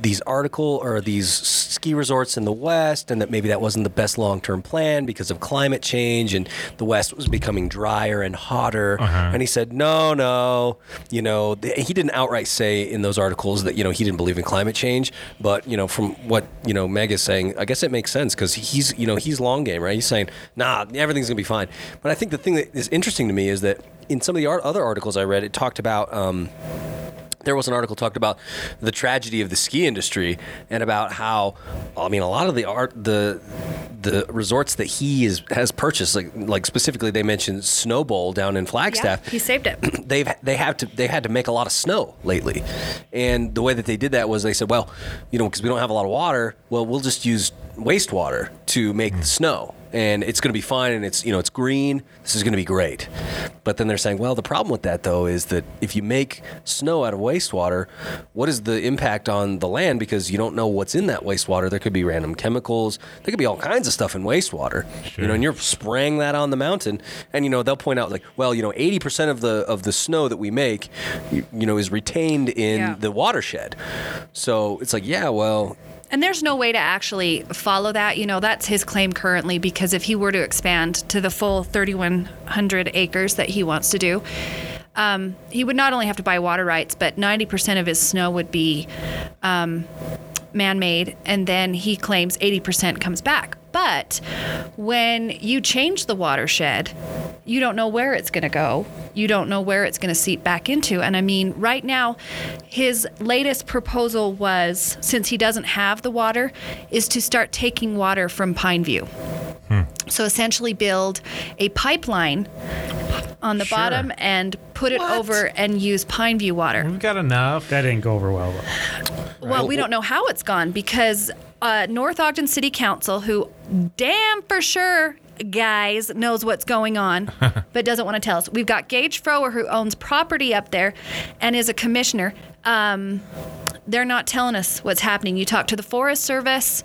C: these article or these ski resorts in the West, and that maybe that wasn't the best long term plan because of climate change and the West was becoming drier and hotter. And he said, no, no, you know th- he didn't outright say in those articles that you know he didn't believe in climate change, but you know from what you know Meg is saying, I guess it makes sense because he's you know he's long game right. He's saying nah, everything's gonna be fine. But I think the thing that is interesting to me is that in some of the ar- other articles I read, it talked about. Um, there was an article talked about the tragedy of the ski industry and about how I mean a lot of the art the the resorts that he is has purchased like like specifically they mentioned Snow Bowl down in Flagstaff
D: Yeah, he saved it.
C: they've they have to they had to make a lot of snow lately, and the way that they did that was they said, well, you know, because we don't have a lot of water, well, we'll just use wastewater to make the snow, and it's going to be fine, and it's you know it's green. This is going to be great, but then they're saying, well, the problem with that though is that if you make snow out of wastewater, what is the impact on the land because you don't know what's in that wastewater. There could be random chemicals. There could be all kinds of stuff in wastewater. You know, and you're spraying that on the mountain, and you know they'll point out like, well, you know, 80% of the of the snow that we make, you, you know, is retained in
D: Yeah.
C: the watershed. So it's like, yeah, well,
D: And there's no way to actually follow that. You know, that's his claim currently because if he were to expand to the full 3,100 acres that he wants to do, um, he would not only have to buy water rights, but 90% of his snow would be man made, and then he claims 80% comes back. But when you change the watershed, you don't know where it's going to go. You don't know where it's going to seep back into. And I mean, right now, his latest proposal was since he doesn't have the water, is to start taking water from Pine View. So essentially, build a pipeline on the
B: Sure.
D: bottom and put it over and use Pine View water.
B: We've got enough.
E: That didn't go over well. Though.
D: Well, we don't know how it's gone because uh, North Ogden City Council, who damn for sure guys knows what's going on but doesn't want to tell us. We've got Gage Frower who owns property up there and is a commissioner. Um, they're not telling us what's happening. You talk to the Forest Service,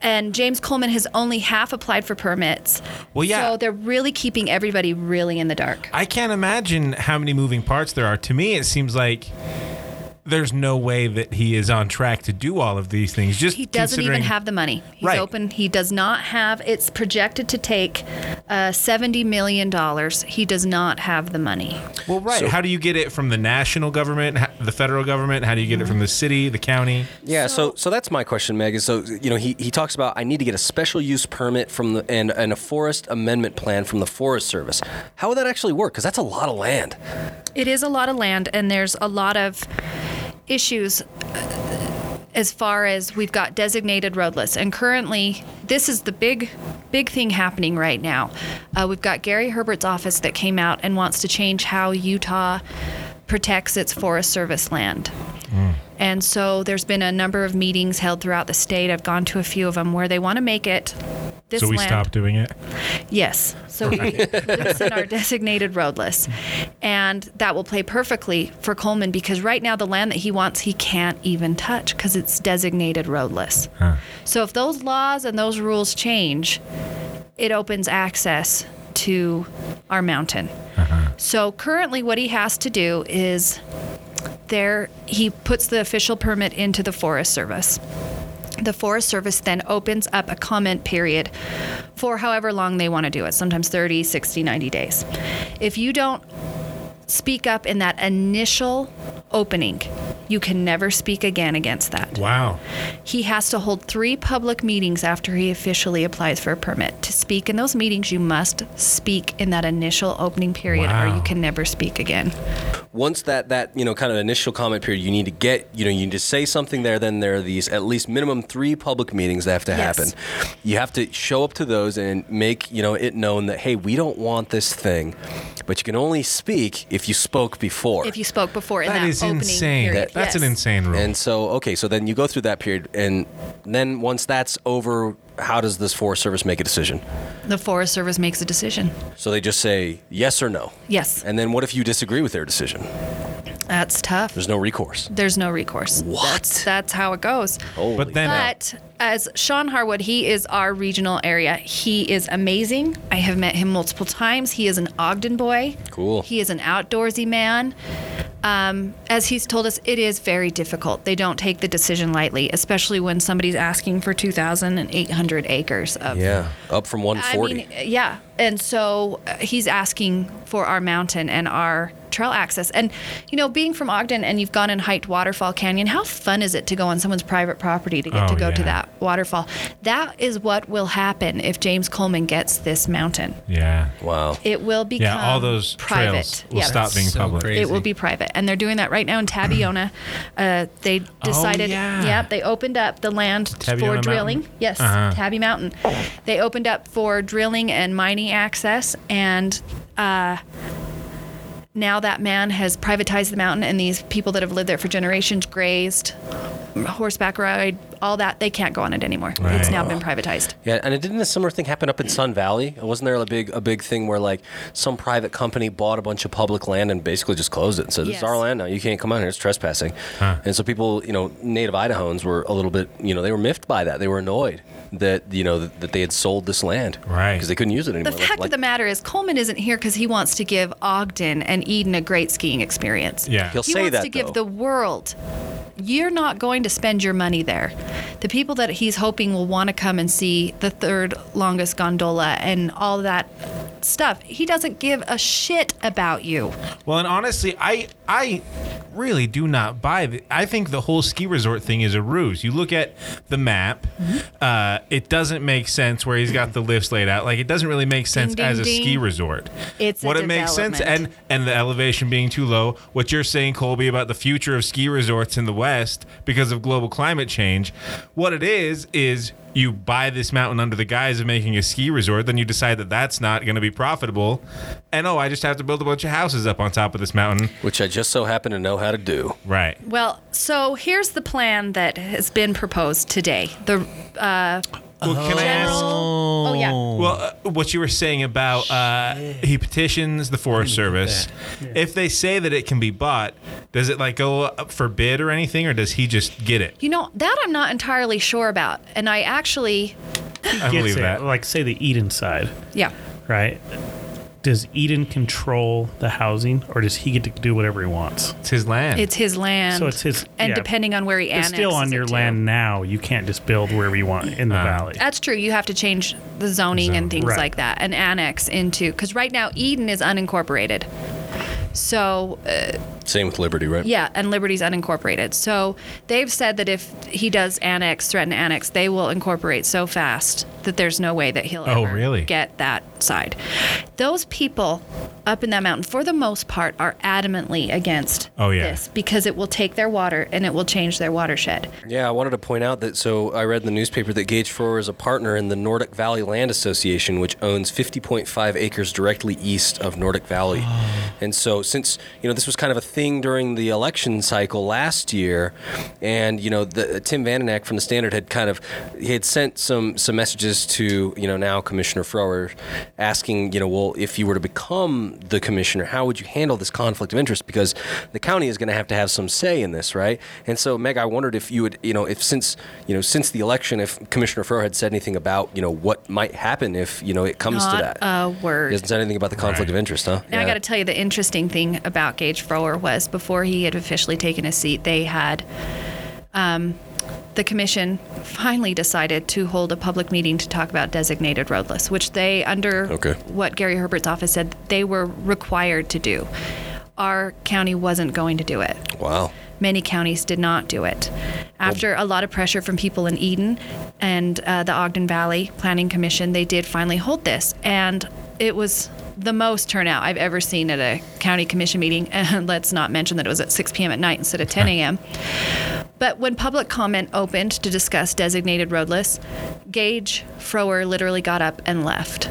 D: and James Coleman has only half applied for permits.
B: Well, yeah.
D: So they're really keeping everybody really in the dark.
B: I can't imagine how many moving parts there are. To me, it seems like there's no way that he is on track to do all of these things. Just
D: He doesn't even
B: considering-
D: have the money. He's
B: Right.
D: open. He does not have. It's projected to take uh, seventy million dollars. He does not have the money.
B: Well, right. how do you get it from the national government, ha- the federal government? How do you get it from the city, the county?
C: Yeah, so, so that's my question, Meg. Is so you know he, he talks about I need to get a special use permit from the and, and a forest amendment plan from the Forest Service. How would that actually work? Because that's a lot of land.
D: It is a lot of land, and there's a lot of issues uh, as far as we've got designated road lists. And currently, this is the big, big thing happening right now. Uh, we've got Gary Herbert's office that came out and wants to change how Utah protects its Forest Service land.
B: Hmm.
D: And so there's been a number of meetings held throughout the state. I've gone to a few of them where they want to make it this
B: so we
D: land.
B: stopped doing it.
D: Yes. So we it's in our designated road list. And that will play perfectly for Coleman because right now the land that he wants he can't even touch because it's designated road list. So if those laws and those rules change, it opens access to our mountain. So currently what he has to do is there he puts the official permit into the Forest Service. The Forest Service then opens up a comment period for however long they want to do it, sometimes 30, 60, 90 days. If you don't speak up in that initial opening, you can never speak again against that.
B: Wow.
D: He has to hold three public meetings after he officially applies for a permit. To speak in those meetings, you must speak in that initial opening period, or
B: Wow.
D: you can never speak again.
C: once that that you know kind of initial comment period you need to get you know you need to say something there then there are these at least minimum three public meetings that have to
D: Yes.
C: happen you have to show up to those and make you know it known that hey we don't want this thing but you can only speak if you spoke before
D: If you spoke before in that,
B: that is
D: opening
B: insane.
D: period,
B: That's an
D: yes.
B: insane rule.
C: and so okay so then you go through that period and then once that's over how does this forest service make a decision
D: The Forest Service makes a decision.
C: so they just say yes or no
D: Yes.
C: and then what if you disagree with their decision
D: That's tough.
C: There's no recourse.
D: There's no recourse.
C: What?
D: That's, that's how it goes.
C: Holy
B: But then-
D: But as Sean Harwood, he is our regional area. He is amazing. I have met him multiple times. He is an Ogden boy.
C: Cool.
D: He is an outdoorsy man. Um, as he's told us, it is very difficult. They don't take the decision lightly, especially when somebody's asking for 2,800 acres of
C: yeah, up from 140.
D: I mean, yeah. And so uh, he's asking for our mountain and our trail access. And, you know, being from Ogden and you've gone and hiked Waterfall Canyon, how fun is it to go on someone's private property to get to
B: Oh,
D: go to
B: yeah.
D: that waterfall? That is what will happen if James Coleman gets this mountain.
B: Yeah.
C: wow.
D: It will become
B: Yeah, all those
D: private.
B: trails will
D: Yeah.
B: stop being
A: so
B: public.
A: crazy.
D: It will be private, and they're doing that right now in Tabiona. Uh, they decided,
B: Oh, yeah.
D: yep, they opened up the land
B: Tabiona
D: for
B: Mountain?
D: drilling. Yes,
B: Uh-huh.
D: Tabby Mountain. They opened up for drilling and mining access, and uh, now that man has privatized the mountain, and these people that have lived there for generations grazed, horseback ride, all that, they can't go on it anymore. It's
B: Right.
D: now been privatized.
C: Yeah, and it didn't a similar thing happen up in Sun Valley? Wasn't there a big a big thing where like some private company bought a bunch of public land and basically just closed it and said, "This is our
D: Yes.
C: land now. You can't come out here. It's trespassing." And so people, you know, native Idahoans were a little bit, you know, they were miffed by that. They were annoyed that you know that, that they had sold this land,
B: Right.
C: Because they couldn't use it anymore.
D: The fact of the matter is, Coleman isn't here because he wants to give Ogden and Eden a great skiing experience.
B: Yeah.
C: He'll
D: he
C: say
D: wants
C: that
D: to give
C: though.
D: the world. You're not going to spend your money there. The people that he's hoping will want to come and see the third longest gondola and all that stuff. He doesn't give a shit about you.
B: Well, and honestly, I I really do not buy. The, I think the whole ski resort thing is a ruse. You look at the map;
D: Mm-hmm.
B: uh, it doesn't make sense where he's got the lifts laid out. Like it doesn't really make sense
D: ding,
B: as a
D: ding.
B: ski resort.
D: It's a
B: what it makes sense, and
D: development.
B: and the elevation being too low. What you're saying, Colby, about the future of ski resorts in the West because of global climate change. What it is is you buy this mountain under the guise of making a ski resort, then you decide that that's not going to be profitable, and oh, I just have to build a bunch of houses up on top of this mountain.
C: which I just so happen to know how to do.
B: Right.
D: Well, so here's the plan that has been proposed today. The uh,
B: Well, can I
D: general.
B: ask?
D: Oh yeah.
B: Well, uh, what you were saying about uh, he petitions the Forest Service. If they say that it can be bought, does it like go up for bid or anything, or does he just get it?
D: You know that I'm not entirely sure about, and I actually,
B: I
E: Gets
B: believe
E: it.
B: that.
E: Like, say the Eden side,
D: yeah.
E: right? Does Eden control the housing, or does he get to do whatever he wants?
B: It's his land.
D: It's his land.
E: So it's his-
D: And
E: yeah.
D: depending on where he
E: It's
D: annexes
E: still on
D: it
E: your
D: to.
E: land now. You can't just build wherever you want in the
A: Uh-huh.
E: valley.
D: That's true. You have to change the zoning and things
E: Right.
D: like that and annex into because right now Eden is unincorporated. So uh,
C: Same with Liberty, right?
D: yeah, and Liberty's unincorporated. So they've said that if he does annex, threaten to annex, they will incorporate so fast that there's no way that he'll
B: Oh,
D: ever
B: really?
D: get that side. Those people up in that mountain, for the most part, are adamantly against
B: Oh, yeah.
D: this because it will take their water and it will change their watershed.
C: Yeah, I wanted to point out that so I read in the newspaper that Gage Frower is a partner in the Nordic Valley Land Association, which owns 50.5 acres directly east of Nordic Valley. And so, since you know this was kind of a thing during the election cycle last year, and you know the, Tim Vandenack from the Standard had kind of he had sent some some messages to you know now Commissioner Frower, asking you know well if you were to become the commissioner, how would you handle this conflict of interest? Because the county is going to have to have some say in this, right? And so, Meg, I wondered if you would, you know, if since you know since the election, if Commissioner Frower had said anything about you know what might happen if you know it comes to that.
D: Not a word.
C: he hasn't said anything about the conflict of interest, huh?
D: uh, Now I got to tell you, the interesting thing about Gage Frower was before he had officially taken his seat, they had um, the commission finally decided to hold a public meeting to talk about designated roadless, which they, under
C: Okay.
D: what Gary Herbert's office said, they were required to do. Our county wasn't going to do it.
C: Wow.
D: Many counties did not do it. After a lot of pressure from people in Eden and uh, the Ogden Valley Planning Commission, they did finally hold this. And it was the most turnout I've ever seen at a county commission meeting. And let's not mention that it was at 6 p.m. at night instead of 10 a.m. But when public comment opened to discuss designated roadless, Gage Frower literally got up and left.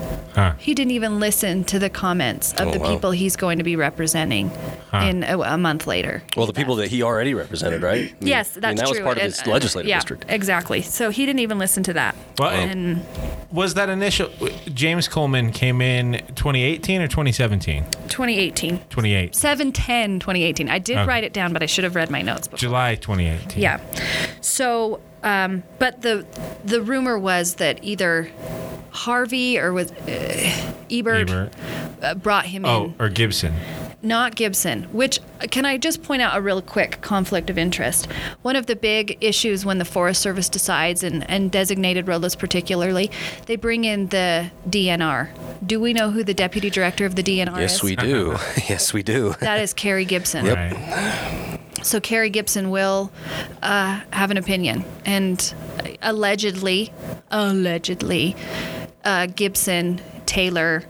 D: He didn't even listen to the comments of
C: Oh,
D: the
C: wow.
D: people he's going to be representing in a, a month later.
C: Well, the people that he already represented, right? I mean-
D: Yes,
C: Mm. I mean,
D: that's
C: that was
D: true.
C: part of
D: And- uh,
C: his legislative
D: yeah,
C: district.
D: Exactly. So he didn't even listen to that.
B: Well,
D: and
B: was that initial James Coleman came in 2018 or 2017?
D: 2018.
B: 28.
D: 710 2018. I did
B: Okay.
D: write it down, but I should have read my notes before.
B: July 2018.
D: Yeah. So, um, but the the rumor was that either Harvey or with uh, Ebert,
B: Ebert.
D: Uh, brought him
B: Oh,
D: in,
B: or Gibson.
D: not Gibson. Which uh, can I just point out a real quick conflict of interest? One of the big issues when the Forest Service decides and and designated roadless particularly, they bring in the DNR. Do we know who the deputy director of the DNR is?
C: Yes, we do. yes, we do.
D: That is Carrie Gibson.
B: Right.
D: So Carrie Gibson will uh, have an opinion, and allegedly, allegedly, uh, Gibson Taylor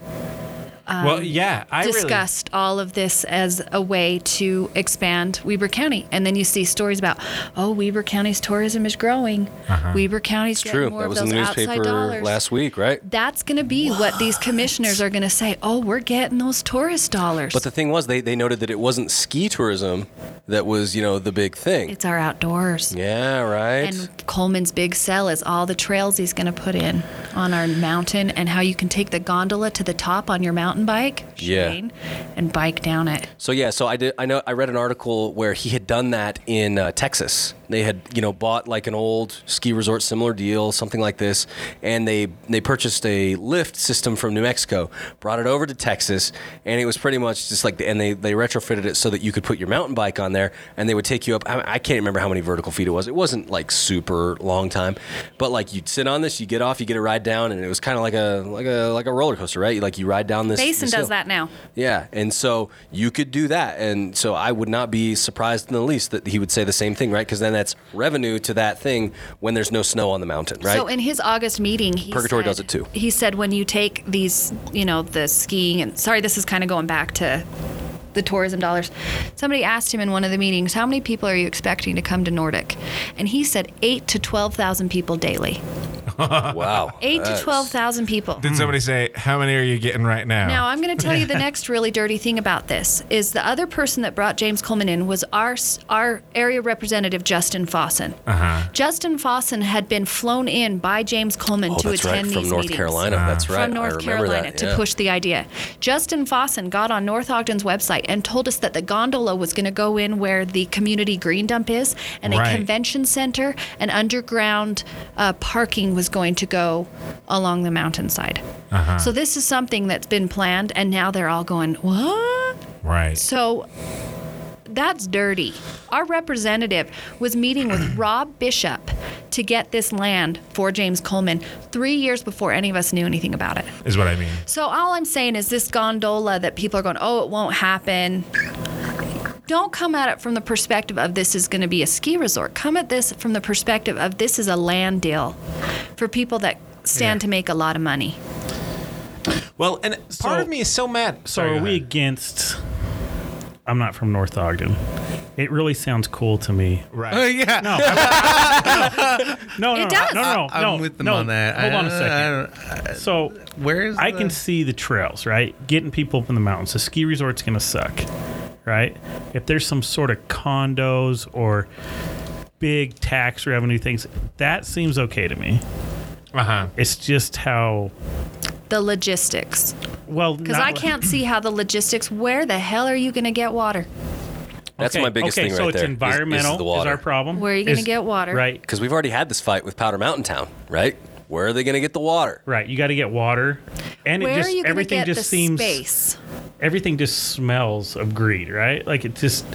D: Um,
B: well, yeah. I really-
D: discussed all of this as a way to expand Weber County, and then you see stories about, oh, Weber County's tourism is growing.
B: Uh-huh.
D: Weber County's
C: It's
D: getting
C: true.
D: more
C: That was
D: of
C: in
D: those
C: the
D: outside
C: newspaper
D: dollars.
C: last week, right?
D: That's going to be what? these commissioners are going to say. Oh, we're getting those tourist dollars.
C: But the thing was, they, they noted that it wasn't ski tourism that was, you know, the big thing.
D: it's our outdoors.
C: yeah, right.
D: And Coleman's big sell is all the trails he's going to put in on our mountain and how you can take the gondola to the top on your mountain bike,
C: Yeah.
D: Shane, and bike down it.
C: So yeah, so I did. I know I read an article where he had done that in uh, Texas. They had you know bought like an old ski resort, similar deal, something like this, and they they purchased a lift system from New Mexico, brought it over to Texas, and it was pretty much just like. And they they retrofitted it so that you could put your mountain bike on there, and they would take you up. I, I can't remember how many vertical feet it was. It wasn't like super long time, but like you'd sit on this, you get off, you get a ride down, and it was kind of like a like a like a roller coaster, right? You, like you ride down this.
D: Basin
C: this
D: does
C: hill.
D: that now.
C: Yeah, and so you could do that, and so I would not be surprised in the least that he would say the same thing, right? Because then that's revenue to that thing when there's no snow on the mountain, right?
D: So in his August meeting, he
C: Purgatory
D: said-
C: does it too.
D: He said when you take these, you know, the skiing and sorry, this is kind of going back to the tourism dollars. Somebody asked him in one of the meetings, "How many people are you expecting to come to Nordic?" And he said, eight to twelve thousand people daily.
C: wow,
D: Eight
C: That's-
D: to twelve thousand people.
B: Did somebody say, how many are you getting right now?
D: Now I'm going to tell you the next really dirty thing about this is the other person that brought James Coleman in was our s- our area representative Justin Fawson.
C: Uh-huh.
D: Justin Fawson had been flown in by James Coleman
C: Oh,
D: to
C: that's right
D: attend
C: from
D: these
C: North
D: meetings.
C: Carolina. That's right.
D: From
C: I
D: North
C: remember
D: Carolina
C: that,
D: to
C: yeah.
D: push the idea. Justin Fawson got on North Ogden's website and told us that the gondola was going to go in where the community green dump is and
B: Right.
D: a convention center and underground uh, parking was going to go along the mountainside.
C: Uh-huh.
D: So this is something that's been planned and now they're all going, what?
B: Right.
D: So that's dirty. Our representative was meeting with Rob Bishop to get this land for James Coleman three years before any of us knew anything about it.
B: Is what I mean.
D: So all I'm saying is this gondola that people are going, oh, it won't happen. Don't come at it from the perspective of this is going to be a ski resort. Come at this from the perspective of this is a land deal for people that stand to make a lot of money.
B: Well, and part
E: So-
B: of me is so mad.
E: So
B: Sorry,
E: are
B: go
E: we
B: ahead.
E: against? I'm not from North Ogden. It really sounds cool to me.
B: Right.
A: Oh yeah.
E: No, I- no, no,
D: It does.
E: no, no, no.
A: I'm
E: no,
A: with them
E: no.
A: on that.
E: Hold
A: I-
E: on a
A: I
E: second.
A: Uh-huh. don't-
E: so
A: Where is
E: I
A: the-
E: can see the trails, right? Getting people up in the mountains. The ski resort's gonna suck, right? If there's some sort of condos or big tax revenue things, that seems okay to me.
B: Uh
A: Uh-huh.
B: huh.
E: It's just how
D: The logistics.
E: well
D: Because I can't see how the logistics, where the hell are you going to get water?
C: That's my biggest
E: okay,
C: thing
E: so
C: right
E: it's
C: there. is- is the
E: environmental is,
C: water.
E: our problem.
D: Where are you gonna
E: Is-
D: get water?
E: Right,
C: Because we've already had this fight with Powder Mountain Town, right? Where are they going to get the water?
E: right. You got to get water, and
D: Where
E: it just
D: are you going to
E: everything
D: get
E: just
D: the
E: seems
D: space?
E: everything just smells of greed, right? Like it just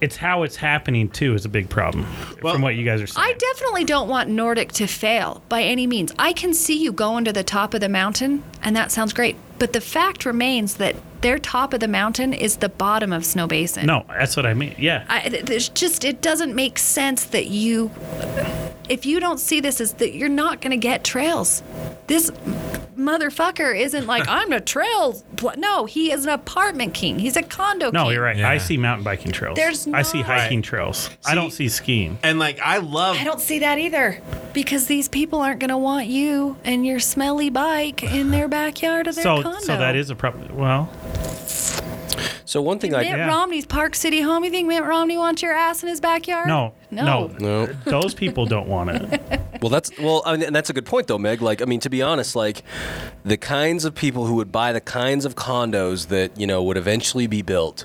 E: it's how it's happening too is a big problem from what you guys are saying.
D: I definitely don't want Nordic to fail by any means. I can see you going to the top of the mountain, and that sounds great. But the fact remains that their top of the mountain is the bottom of Snow Basin.
E: no, that's what I mean. Yeah.
D: I, th- there's just it doesn't make sense that you, if you don't see this as that you're not going to get trails. This motherfucker isn't like I'm a trails. Pl-. No, he is an apartment king. He's a condo king.
E: no, you're right. I
B: Yeah.
E: see mountain biking trails.
D: There's
E: I see
D: not.
E: hiking trails. I don't see skiing.
B: And like, I love.
D: I don't see that either because these people aren't going to want you and your smelly bike in their backyard of their
E: So
D: condo.
E: so that is a problem. Well,
C: So one thing I
D: Mitt
E: Yeah.
D: Romney's Park City home. You think Mitt Romney wants your ass in his backyard?
E: no.
D: No.
E: No. Those people don't want it.
C: Well, that's well, I mean, and that's a good point though, Meg. Like, I mean, to be honest, like the kinds of people who would buy the kinds of condos that you know would eventually be built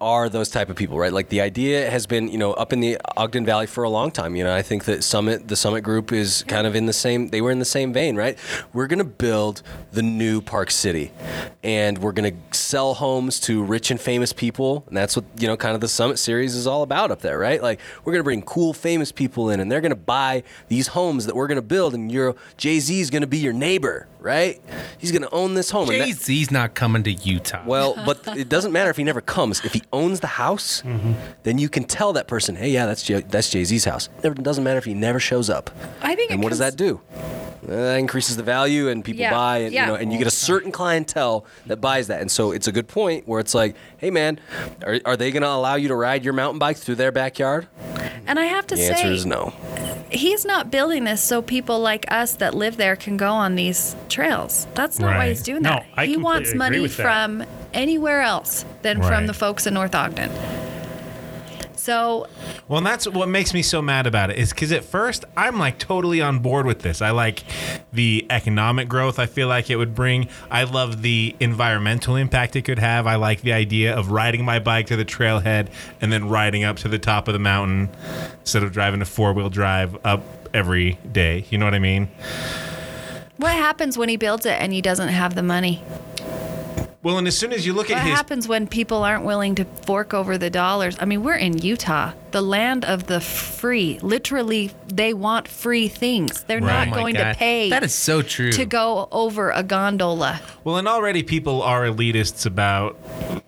C: are those type of people, right? Like the idea has been, you know, up in the Ogden Valley for a long time. You know, I think that Summit, the Summit Group, is kind of in the same. They were in the same vein, right? We're gonna build the new Park City, and we're gonna sell homes to rich and famous people, and that's what you know, kind of the Summit series is all about up there, right? Like we're gonna bring cool, famous people in, and they're gonna buy these homes that we're gonna build, and your Jay Z is gonna be your neighbor, right? He's gonna own this home. and that-
A: Jay Z's not coming to Utah.
C: well, but it doesn't matter if he never comes. If he owns the house, then you can tell that person, "Hey, yeah, that's Jay, that's Jay Z's house." Never doesn't matter if he never shows up.
D: I think
C: And
D: it
C: what does
D: comes-
C: that do? Uh, That increases the value, and people
D: Yeah,
C: buy, and
D: yeah.
C: you know, and you get a certain clientele that buys that. And so it's a good point where it's like, "Hey, man, are, are they going to allow you to ride your mountain bike through their backyard?"
D: And I have to
C: The
D: say,
C: answer is no.
D: he's not building this so people like us that live there can go on these trails. That's not why
B: Right.
D: he's doing
E: No,
D: that.
E: I
D: he
E: completely
D: wants
E: agree
D: money
E: with that.
D: from anywhere else than
B: Right.
D: from the folks in North Ogden. So
B: Well, and that's what makes me so mad about it is because at first I'm like totally on board with this. I like the economic growth I feel like it would bring. I love the environmental impact it could have. I like the idea of riding my bike to the trailhead and then riding up to the top of the mountain instead of driving a four wheel drive up every day. You know what I mean?
D: what happens when he builds it and he doesn't have the money?
B: Well, and as soon as you look
D: What
B: at his
D: happens when people aren't willing to fork over the dollars? I mean, we're in Utah, the land of the free. Literally, they want free things. They're
B: Right.
A: Oh
D: not
A: my
D: going
A: God.
D: to pay
A: That is so true.
D: to go over a gondola.
B: Well, and already people are elitists about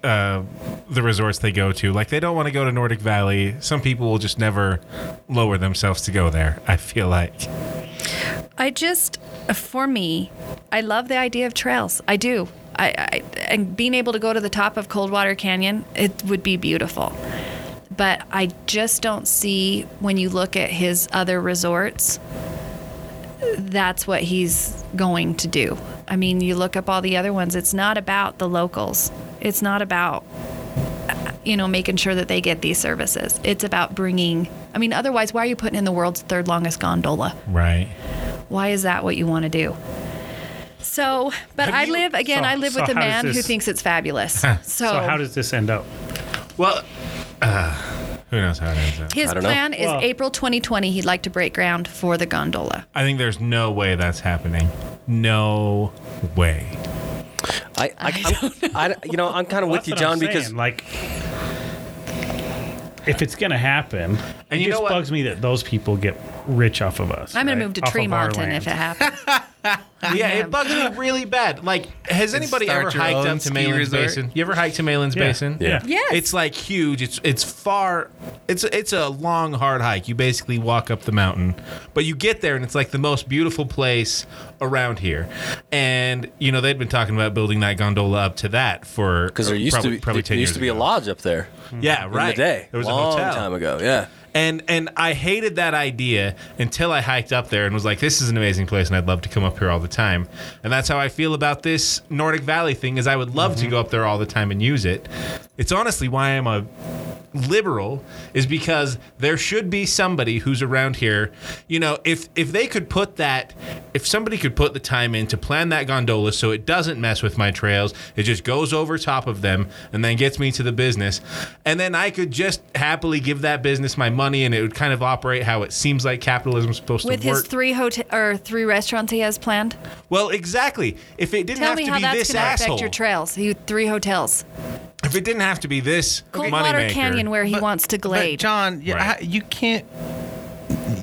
B: uh, the resorts they go to. Like they don't want to go to Nordic Valley. Some people will just never lower themselves to go there. I feel like
D: I just, for me, I love the idea of trails. I do. I, I and being able to go to the top of Coldwater Canyon, it would be beautiful. But I just don't see when you look at his other resorts, that's what he's going to do. I mean, you look up all the other ones. It's not about the locals. It's not about you know making sure that they get these services. It's about bringing. I mean, otherwise, why are you putting in the world's third longest gondola?
B: right.
D: Why is that what you want to do? So, but
E: Have
D: I
E: you-
D: live again.
E: so-
D: I live
E: so
D: with a
E: how does
D: man who
E: this-
D: thinks it's fabulous. so,
E: So how does this end up?
B: Well, uh, who knows how it ends up?
D: his
C: I don't know.
D: plan is
E: Well-
D: April 2020. He'd like to break ground for the gondola.
B: I think there's no way that's happening. No way.
C: I, I, I'm- I, you know, I'm kind of with
E: That's
C: you,
E: what
C: John,
E: I'm
C: because
E: saying, like. If it's gonna happen,
B: And
E: it
B: you know
E: just
B: what?
E: bugs me that those people get rich off of us.
D: I'm going
E: right?
D: to move to
E: Off of our
D: Tremonton
E: land.
D: if it happens.
B: Yeah, it bugs me really bad. Like, has anybody
A: start
B: ever
A: your
B: hiked
A: own
B: up to
A: ski
B: Malin's
A: resort?
B: Basin? You ever hiked to Malin's
E: Yeah.
B: Basin?
C: Yeah.
D: Yes.
B: It's like huge. It's it's far. It's it's a long hard hike. You basically walk up the mountain, but you get there and it's like the most beautiful place around here. And you know they'd been talking about building that gondola up to that for
C: because there used
B: probably,
C: to be,
B: probably
C: there
B: 10
C: used
B: years
C: to be a
B: ago.
C: lodge up there
B: Yeah,
C: in
B: right.
C: the day.
B: There was
C: long
B: a hotel
C: time ago. Yeah.
B: and and I hated that idea until I hiked up there and was like, this is an amazing place, and I'd love to come up here all the time. And that's how I feel about this Nordic Valley thing. Is I would love to go up there all the time and use it. It's honestly why I'm a liberal is because there should be somebody who's around here you know if if they could put that if somebody could put the time in to plan that gondola so it doesn't mess with my trails it just goes over top of them and then gets me to the business and then i could just happily give that business my money and it would kind of operate how it seems like capitalism's supposed
D: With
B: to work
D: his three hotel or three restaurants he has planned.
B: well exactly if it didn't
D: Tell
B: have
D: me
B: to
D: how
B: be
D: that's
B: this
D: going to
B: asshole
D: affect your trails. He three hotels.
B: if it didn't have to be this
D: Coldwater
B: moneymaker-
D: Canyon where he wants to
A: But
D: glade.
A: John, you,
B: Right.
A: I- you can't.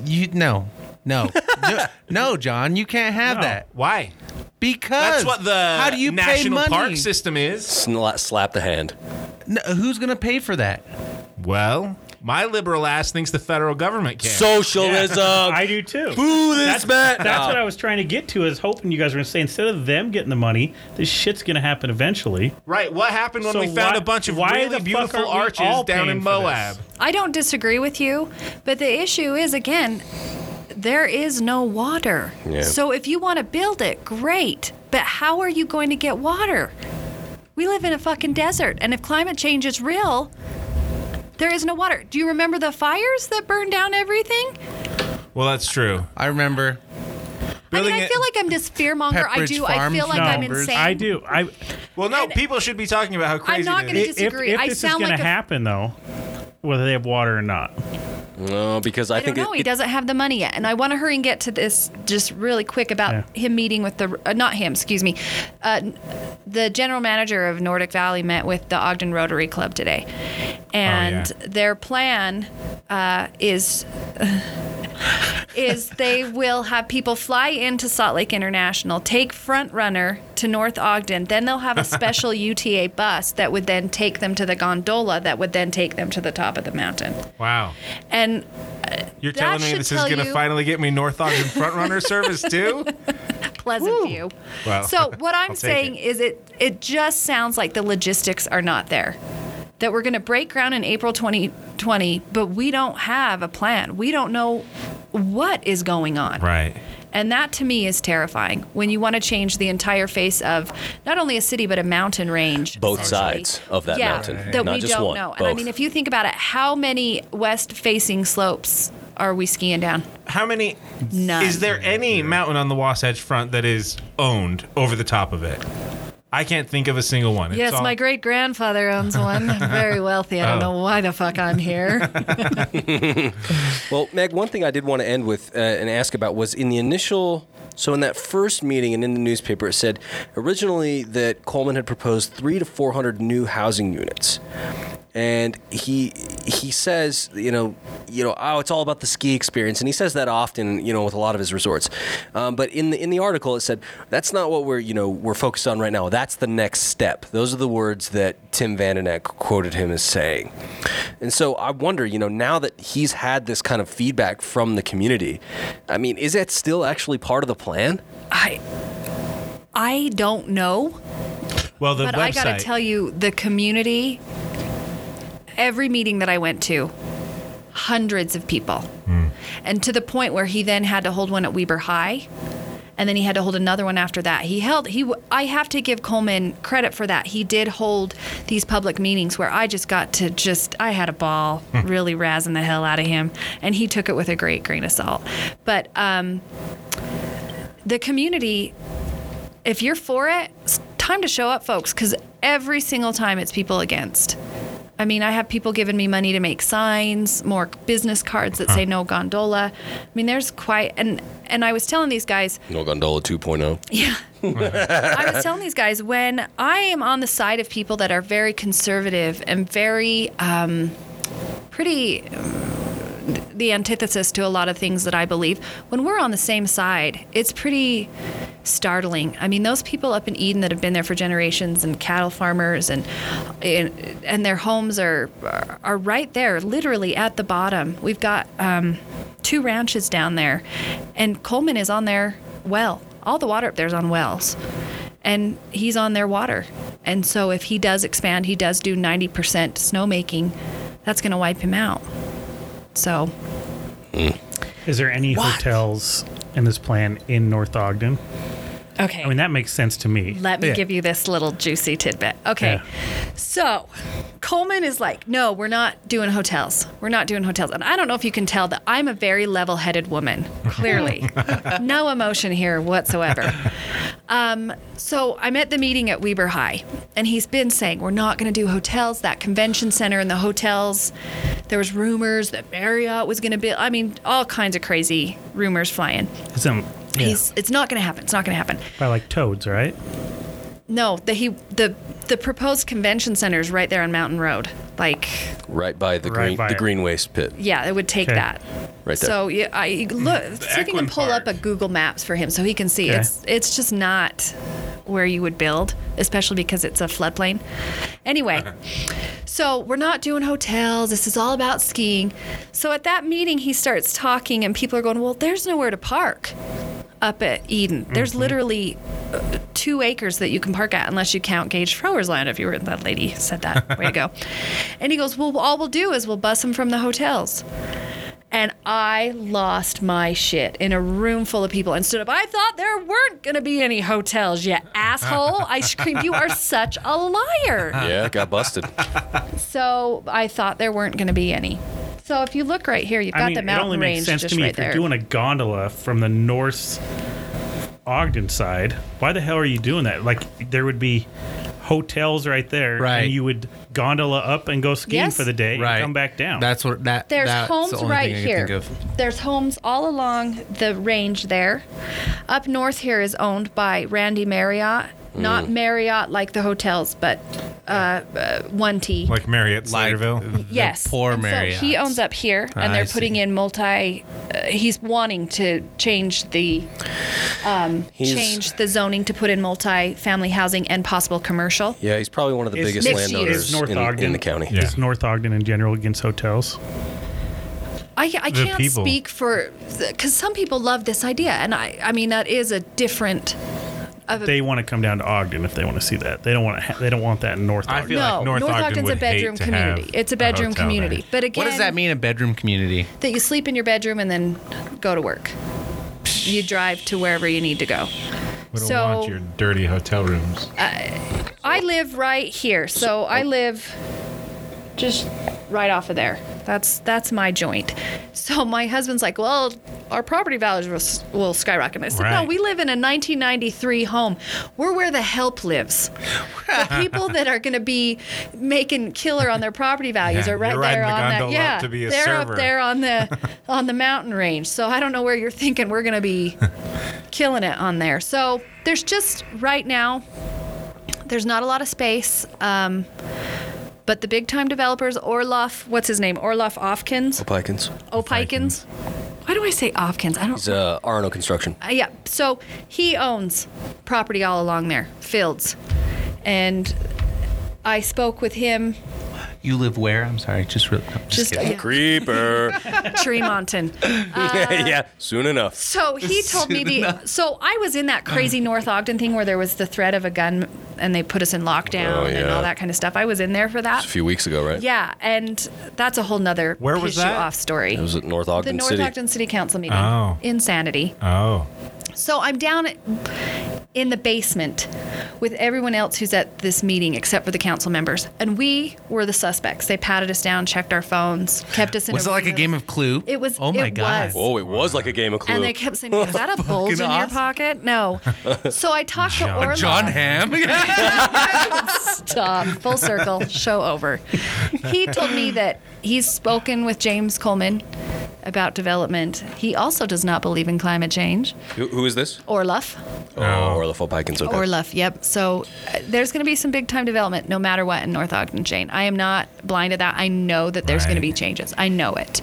A: You no, no, no, no, John, you can't have
E: No.
A: that
B: why
A: because
B: that's what the
A: how do you pay
B: national
A: money?
B: park system is
C: Sla- slap the hand.
A: No, who's gonna pay for that?
B: Well, my liberal ass thinks the federal government can.
C: Socialism.
E: I do too.
C: Boo this man.
B: Oh.
E: That's what I was trying to get to. Is hoping you guys were going to say instead of them getting the money, this shit's going to happen eventually.
B: right. What happened when
E: So
B: we found
E: why-
B: a bunch of
E: why the
B: really
E: fuck
B: beautiful
E: aren't we
B: arches
E: all
B: down in
E: paying for this?
B: Moab?
D: I don't disagree with you, but the issue is again, there is no water.
C: Yeah.
D: So if you want to build it, great. But how are you going to get water? We live in a fucking desert, and if climate change is real, there is no water. Do you remember the fires that burned down everything?
B: Well, that's true.
A: I remember.
B: Building
D: I mean, I
B: it-
D: feel like I'm just fear monger. I
A: Pepperidge
D: do.
A: Farm
D: I feel like
E: No,
D: I'm
A: numbers.
D: insane.
E: I do. I
B: well, no,
D: and-
B: people should be talking about how crazy
D: not
B: it
D: gonna
B: is.
E: if, if
D: disagree. I
E: this is
D: sound
E: going
D: like
E: to
D: a-
E: happen though, whether they have water or not,
C: No, Uh, because I,
D: I don't
C: think
D: know.
C: it,
D: he
C: it-
D: doesn't have the money yet, and I want to hurry and get to this just really quick about
E: Yeah.
D: him meeting with the uh, not him, excuse me, uh, n- the general manager of Nordic Valley met with the Ogden Rotary Club today,
C: Oh,
D: and
B: yeah.
D: their plan uh, is is they will have people fly into Salt Lake International, take front runner to North Ogden, then they'll have a special UTA bus that would then take them to the gondola that would then take them to the top of the mountain,
B: Wow.
D: and.
B: You're
D: That
B: telling me
D: should
B: this is
D: tell
B: going to
D: you-
B: finally get me North Ogden front runner service too?
D: Pleasant View.
B: Wow.
D: So what I'm
B: I'll take
D: saying
B: it.
D: is, it it just sounds like the logistics are not there. That we're going to break ground in April 2020, but we don't have a plan. We don't know what is going on.
B: Right.
D: And that to me is terrifying when you want to change the entire face of not only a city, but a mountain range.
C: both
D: essentially.
C: sides of that
D: yeah,
C: mountain,
D: That
C: not
D: we
C: just
D: don't
C: one.
D: know. And I
C: both.
D: mean, if you think about it, how many west facing slopes are we skiing down?
B: How many?
D: None.
B: Is there any mountain on the Wasatch Front that is owned over the top of it? I can't think of a single one. It's
D: Yes,
B: all-
D: my great grandfather owns one. I'm very wealthy. I don't know why the fuck I'm here.
C: Well, Meg, one thing I did want to end with uh, and ask about was in the initial. So in that first meeting and in the newspaper, it said originally that Coleman had proposed three to four hundred new housing units, and he he says, you know, you know, oh, it's all about the ski experience, and he says that often, you know, with a lot of his resorts. Um, but in the in the article, it said that's not what we're you know we're focused on right now. That's the next step. Those are the words that Tim Vandenek quoted him as saying. And so I wonder, you know, now that he's had this kind of feedback from the community, I mean, is that still actually part of the plan?
D: I I don't know,
B: well, the
D: but
B: website.
D: I got to tell you the community every meeting that I went to hundreds of people.
B: Hmm.
D: And to the point where he then had to hold one at Weber High and then he had to hold another one after that. He held he w- I have to give Coleman credit for that. He did hold these public meetings where I just got to just I had a ball
B: Hmm.
D: really razzing the hell out of him and he took it with a great grain of salt. But um the community if you're for it, it's time to show up folks cuz every single time it's people against. I mean, I have people giving me money to make signs, more business cards that say no gondola. I mean, there's quite and and I was telling these guys,
C: No Gondola oh. 2.0.
D: yeah. I was telling these guys when I am on the side of people that are very conservative and very um, pretty um, the antithesis to a lot of things that I believe. When we're on the same side, it's pretty startling. I mean, those people up in Eden that have been there for generations and cattle farmers and and, and their homes are are right there, literally at the bottom. We've got um, two ranches down there, and Coleman is on their well. All the water up there is on wells, and he's on their water. And so, if he does expand, he does do 90% snowmaking. That's going to wipe him out. So,
E: is there any hotels in this plan in North Ogden?
D: okay.
E: I mean, that makes sense to me.
D: Let me
A: Yeah.
D: give you this little juicy tidbit. Okay.
E: Yeah.
D: So Coleman is like, no, we're not doing hotels. We're not doing hotels. And I don't know if you can tell that I'm a very level headed woman, clearly. no emotion here whatsoever. Um, so I'm at the meeting at Weber High, and he's been saying, we're not going to do hotels. That convention center and the hotels, there was rumors that Marriott was going to be, I mean, all kinds of crazy rumors flying.
E: It's um, yeah,
D: He's, it's not going to happen. It's not going to happen.
E: probably like toads, right?
D: No, the he the the proposed convention center is right there on Mountain Road. Like,
C: Right by the
E: Right
C: green
E: by
C: the
E: it.
C: green waste pit.
D: yeah, it would take
E: Okay.
D: that.
C: Right there.
D: So yeah, I you look. see if you can
B: Equine
D: pull
B: Park.
D: up a Google Maps for him so he can see.
E: Okay.
D: It's it's just not where you would build, especially because it's a floodplain. Anyway,
E: Uh-huh.
D: so we're not doing hotels. This is all about skiing. So at that meeting, he starts talking, and people are going, "Well, there's nowhere to park." Up at Eden, there's
E: Mm-hmm.
D: literally uh, two acres that you can park at, unless you count Gage Frower's land. If you were that lady said that, way to go. And he goes, "Well, all we'll do is we'll bus them from the hotels." And I lost my shit in a room full of people and stood up. I thought there weren't going to be any hotels, you asshole. I screamed, You are such a liar.
C: Yeah, got busted.
D: So I thought there weren't going to be any. So if you look right here, you've got
E: I mean,
D: the
E: it
D: mountain
E: only makes
D: range
E: sense
D: just
E: to me
D: right
E: if you're
D: there.
E: doing a gondola from the North Ogden side. Why the hell are you doing that? Like there would be hotels right there,
A: Right.
E: And you would gondola up and go skiing
D: Yes.
E: for the day,
A: Right.
E: and come back down.
A: That's what that.
D: There's
A: that's
D: homes
A: the only
D: right
A: thing I can
D: here.
A: Think of.
D: There's homes all along the range there. Up north here is owned by Randy Marriott.
A: Mm.
D: Not Marriott like the hotels, but uh, uh, 1T.
B: Like Marriott
A: Like-
B: Slatterville.
D: yes.
A: poor
D: And So he
A: Marriotts. Ah,
D: owns up here, and
A: I
D: they're
A: see.
D: putting in multi. Uh, he's wanting to change the
C: He's,
D: change the zoning to put in multi-family housing and possible commercial.
C: Yeah, he's probably one of the
E: Is-
C: biggest
D: Mixed
C: landowners
D: use.
E: North
C: in,
E: Ogden
C: in the county.
B: Yeah.
E: Is North Ogden in general against hotels?
D: I, I
B: The
D: can't
B: people.
D: speak for because some people love this idea, and I I mean that is a different. Of a,
E: They want to come down to Ogden if they want to see that. They don't want to. Ha- they don't want that in North
B: I
E: Ogden.
B: feel
D: no,
B: like
D: North,
B: North Ogden
D: Ogden's a
B: would hate
D: bedroom
B: to
D: community.
B: have
D: It's a
B: a
D: bedroom
B: hotel
D: community,
B: there.
D: but again,
A: What does that mean? A bedroom community.
D: That you sleep in your bedroom and then go to work. You drive to wherever you need to go.
B: We don't
D: So-
B: want your dirty hotel rooms.
D: I live right here, so I
B: oh.
D: live just right off of there. That's that's my joint. So my husband's like, well, our property values will, s- will skyrocket. And I said, no,
B: Right.
D: we live in a 1993 home. We're where the help lives. The people that are going to be making killer on their property values
B: Yeah,
D: are right
B: you're riding
D: there
B: the
D: on that.
B: gondola up
D: Yeah,
B: to be a
D: they're
B: server.
D: up there on the on the mountain range. So I don't know where you're thinking we're going to be killing it on there. So there's just right now there's not a lot of space. Um, but the big time developers, Orloff, what's his name? Orloff Ofkins?
C: Pikins.
D: Opikins? Why do I say Ofkins? I don't.
C: He's uh, R&O Construction.
D: Uh, yeah. So he owns property all along there, fields. And I spoke with him,
A: You live where? I'm sorry. Just real. no,
D: just
A: kidding.
D: yeah,
C: Creeper.
D: Tremonton. Uh,
C: yeah, soon enough.
D: So he told me the. So I was in that crazy North Ogden thing where there was the threat of a gun and they put us in lockdown
C: Oh,
D: and
C: yeah.
D: all that kind of stuff. I was in there for that.
C: A few weeks ago, right?
D: Yeah, and that's a whole nother
B: Where was
D: piss
B: that?
D: you off story.
C: It was at North
D: the
C: Ogden
D: North
C: City.
D: Ogden City Council meeting.
B: Oh.
D: Insanity.
B: Oh,
D: So I'm down at, in the basement with everyone else who's at this meeting except for the council members. And we were the suspects. They patted us down, checked our phones, kept us in
A: Was
D: a
A: it like a
D: room.
A: game of Clue?
D: It was-
A: Oh my
D: it
A: god.
D: was.
C: Oh, it was like a game of Clue.
D: and they kept saying, "Is that a bulge in your
A: awesome.
D: pocket?" No. So I talked to Orlov.
A: John Ham.
D: Stop. Full circle. Show over. He told me that he's spoken with James Coleman about development. He also does not believe in climate change.
C: who, who is this?
D: Orluff.
C: Oh, Orlifo Pikins. Okay.
D: Orluff, yep. So uh, there's going to be some big time development no matter what in North Ogden, Jane. I am not blind to that. I know that there's going to
B: Right.
D: be changes. I know it.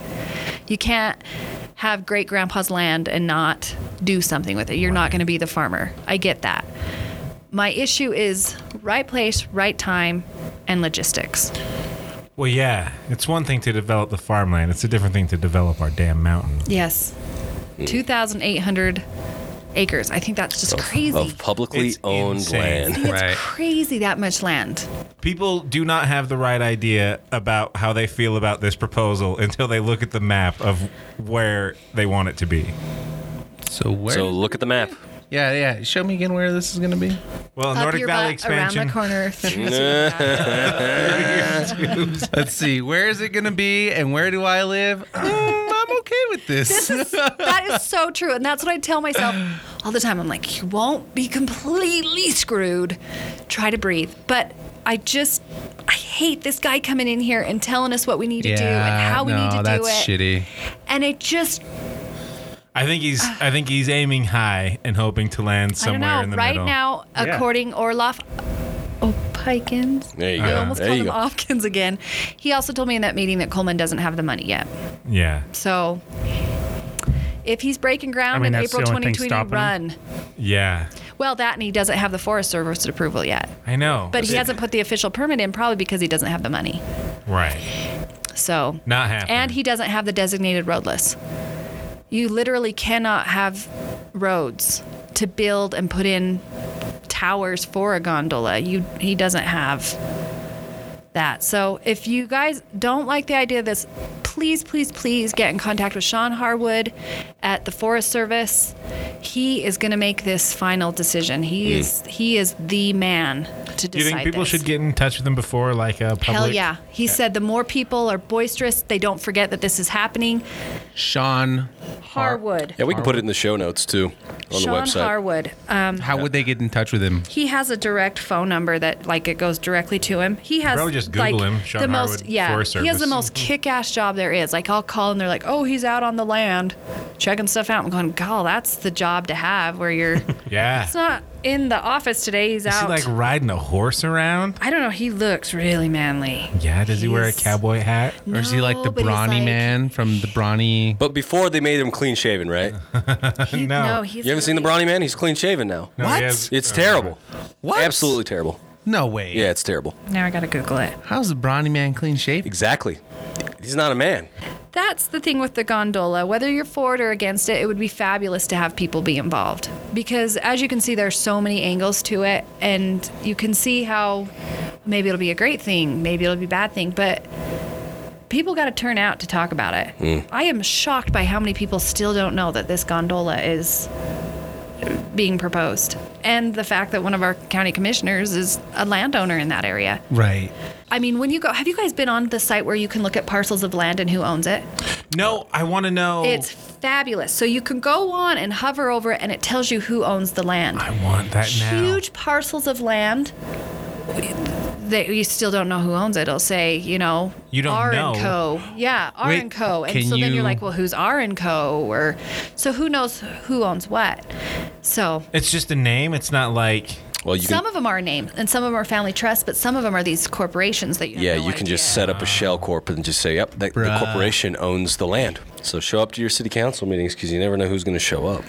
D: You can't have great grandpa's land and not do something with it. You're not going to be the farmer. I get that. My issue is right place, right time, and logistics.
B: well, yeah. It's one thing to develop the farmland. It's a different thing to develop our damn mountain.
D: Yes. Hmm. 2,800 acres. I think that's just crazy.
C: Of publicly
B: It's
C: owned
B: insane.
C: land.
D: it's
A: Right.
D: crazy that much land.
B: People do not have the right idea about how they feel about this proposal until they look at the map of where they want it to be.
A: so where?
C: So look at the map.
A: yeah, yeah. Show me again where this is gonna be.
B: Well,
D: Up
B: Nordic
D: your
B: Valley
D: butt, around
B: expansion.
D: the corner. through to the back.
A: Let's see. Where is it gonna be? And where do I live? Mm, I'm okay with this.
D: This is- that is so true. And that's what I tell myself all the time. I'm like, you won't be completely screwed. Try to breathe. But I just, I hate this guy coming in here and telling us what we need to do and how we
A: no,
D: need to
A: that's
D: do it.
A: shitty.
D: And it just,
B: I think he's. I think he's aiming high and hoping to land somewhere
D: I don't know.
B: in the
D: right
B: middle.
D: now,
E: Yeah.
D: according Orloff, oh, Pikins.
C: There you
D: I
C: go.
D: almost
C: there
D: called
C: you
D: him
C: go.
D: Hopkins again. He also told me in that meeting that Coleman doesn't have the money yet.
B: yeah,
D: So if he's breaking ground
E: I mean,
D: in
E: that's the
D: April
E: only thing
D: 2020,
E: stopping
D: run.
B: yeah.
D: Well, that and he doesn't have the Forest Service approval yet.
B: I know.
D: But he hasn't put the official permit in, probably because he doesn't have the money.
B: right.
D: So
B: Not happening.
D: And he doesn't have the designated road list. You literally cannot have roads to build and put in towers for a gondola. You he doesn't have that. So if you guys don't like the idea of this, please, please, please get in contact with Sean Harwood at the Forest Service. he is going to make this final decision. He is he is the man to
B: Hmm.
D: decide.
B: Do you think people
D: this.
B: should get in touch with him before like a public?
D: Hell yeah. He said the more people are boisterous, they don't forget that this is happening.
A: Sean,
D: Harwood.
C: Yeah, we can put it in the show notes too on
D: Sean
C: the website.
D: Harwood. Um,
A: how would they get in touch with him?
D: he has a direct phone number that like it goes directly to him. He has
B: Probably just
D: like,
B: Google him, Sean
D: the most
B: Harwood
D: yeah.
B: Forest
D: He has the
B: Service.
D: most kick-ass job there is. Like I'll call and they're like, "Oh, he's out on the land, checking stuff out." I'm going, "God, that's the job to have where you're."
B: Yeah.
D: it's not in the office today. He's
B: Is he
D: out.
B: like riding a horse around?
D: I don't know. He looks really manly.
B: Yeah. Does he wear a
D: He's-
B: cowboy hat?
A: Or is he like the
D: No, but he's
A: brawny
D: like-
A: man from the brawny?
C: But before they made him clean shaven, right?
D: He,
B: No.
D: he's
C: You haven't seen the
D: really-
C: Brawny Man? He's clean shaven now.
B: No, he
A: What?
B: has-
C: It's
B: oh,
C: terrible.
A: What?
C: Absolutely terrible.
A: No way.
C: Yeah, it's terrible.
D: Now I gotta Google it.
A: How's the brawny man clean shaven?
C: Exactly. He's not a man.
D: That's the thing with the gondola. Whether you're for it or against it, it would be fabulous to have people be involved because, as you can see, there are so many angles to it, and you can see how maybe it'll be a great thing, maybe it'll be a bad thing, but people got to turn out to talk about it. I am shocked by how many people still don't know that this gondola is being proposed, and the fact that one of our county commissioners is a landowner in that area.
A: Right.
D: I mean, when you go, have you guys been on the site where you can look at parcels of land and who owns it?
B: No, I want to know.
D: It's fabulous. So you can go on and hover over it, and it tells you who owns the land.
B: I want that now.
D: Huge parcels of land that you still don't know who owns it. It'll say, you know,
B: You don't
D: R and
B: know.
D: Co. Yeah, R
A: Wait,
D: and Co. And
A: can
D: so then
A: you-
D: you're like, well, who's R and Co. Or so who knows who owns what? So
B: It's just a name. It's not like
C: Well, you
D: some
C: can.
D: of them are named, and some of them are family trusts, but some of them are these corporations that you. have
C: Yeah,
D: no
C: you can just
D: idea.
C: set up a shell corp and just say, yep, that, the
A: Bruh.
C: corporation owns the land. So show up to your city council meetings because you never know who's going to show up.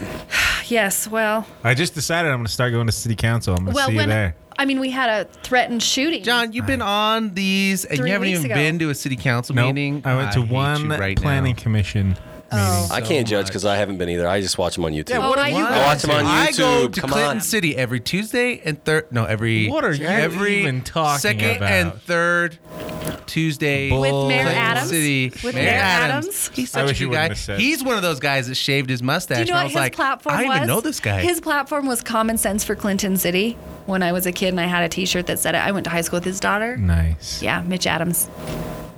D: Yes, well,
B: I just decided I'm going to start going to city council. I'm going to
D: well,
B: see you
D: when
B: there.
D: I mean, we had a threatened shooting.
A: John, you've been on these and
D: Three
A: you haven't
D: weeks
A: even
D: ago.
A: been to a city council
B: Nope.
A: meeting.
B: I went to
A: hate
B: one
A: you right
B: planning
A: now.
B: commission meeting.
C: I
A: So
C: can't judge because
A: much.
C: I haven't been either. I just watch them on YouTube.
D: Oh, what are you
A: What?
C: I watch them on
A: I go
C: YouTube,
A: to
C: come
A: Clinton
C: on.
A: City every Tuesday and third. No, every
B: What are you
A: every
B: even talking
A: second
B: about?
A: and third Tuesday
B: Bull-
D: with Mayor
A: Clinton
D: Adams.
A: City.
D: With
A: Mayor,
D: Mayor
A: Adams.
D: Adams.
A: He's
B: I
A: such a
B: wish you
A: good
B: wouldn't
A: guy.
B: have said.
A: He's one of those guys that shaved his mustache.
D: Do you
A: and
D: know
A: I
D: what
A: was
D: his
A: like,
D: platform
A: I don't
D: was?
A: even know this guy.
D: His platform was common sense for Clinton City. When I was a kid and I had a T-shirt that said it, I went to high school with his daughter.
A: Mm.
B: Nice.
D: Yeah, Mitch Adams.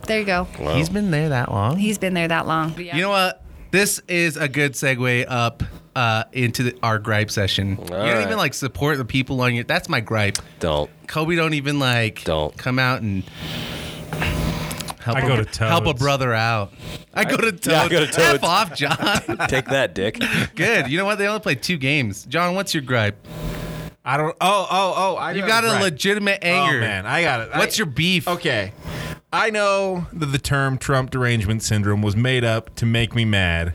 D: There you go.
A: He's been there that long.
D: He's been there that long.
A: You know what? This is a good segue up uh, into the, our gripe session. you don't
C: right.
A: even like support the people on your. That's my gripe.
C: Don't.
A: Kobe don't even like
C: Don't.
A: come out and help,
B: I
A: a-
B: go to Toads.
A: help a brother out. I go to Toads.
C: Yeah, I go to Toads.
A: F off, John.
C: Take that, dick.
A: good. You know what? They only played two games. John, what's your gripe?
B: I don't. Oh, oh, oh. I
A: You got a
B: right.
A: legitimate anger.
B: Oh man, I got it.
A: What's
B: I-
A: your beef?
B: Okay. I know that the term Trump derangement syndrome was made up to make me mad,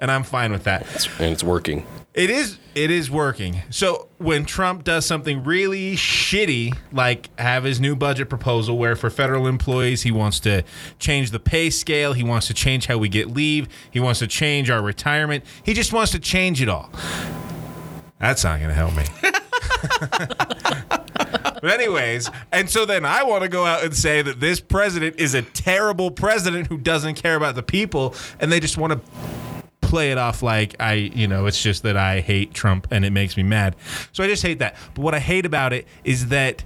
B: and I'm fine with that.
C: And it's working.
B: It is it is working. So when Trump does something really shitty, like have his new budget proposal where for federal employees he wants to change the pay scale, he wants to change how we get leave, he wants to change our retirement, he just wants to change it all. That's not going to help me. But anyways, and so then I want to go out and say that this president is a terrible president who doesn't care about the people, and they just want to play it off like I, you know, it's just that I hate Trump and it makes me mad. So I just hate that. But what I hate about it is that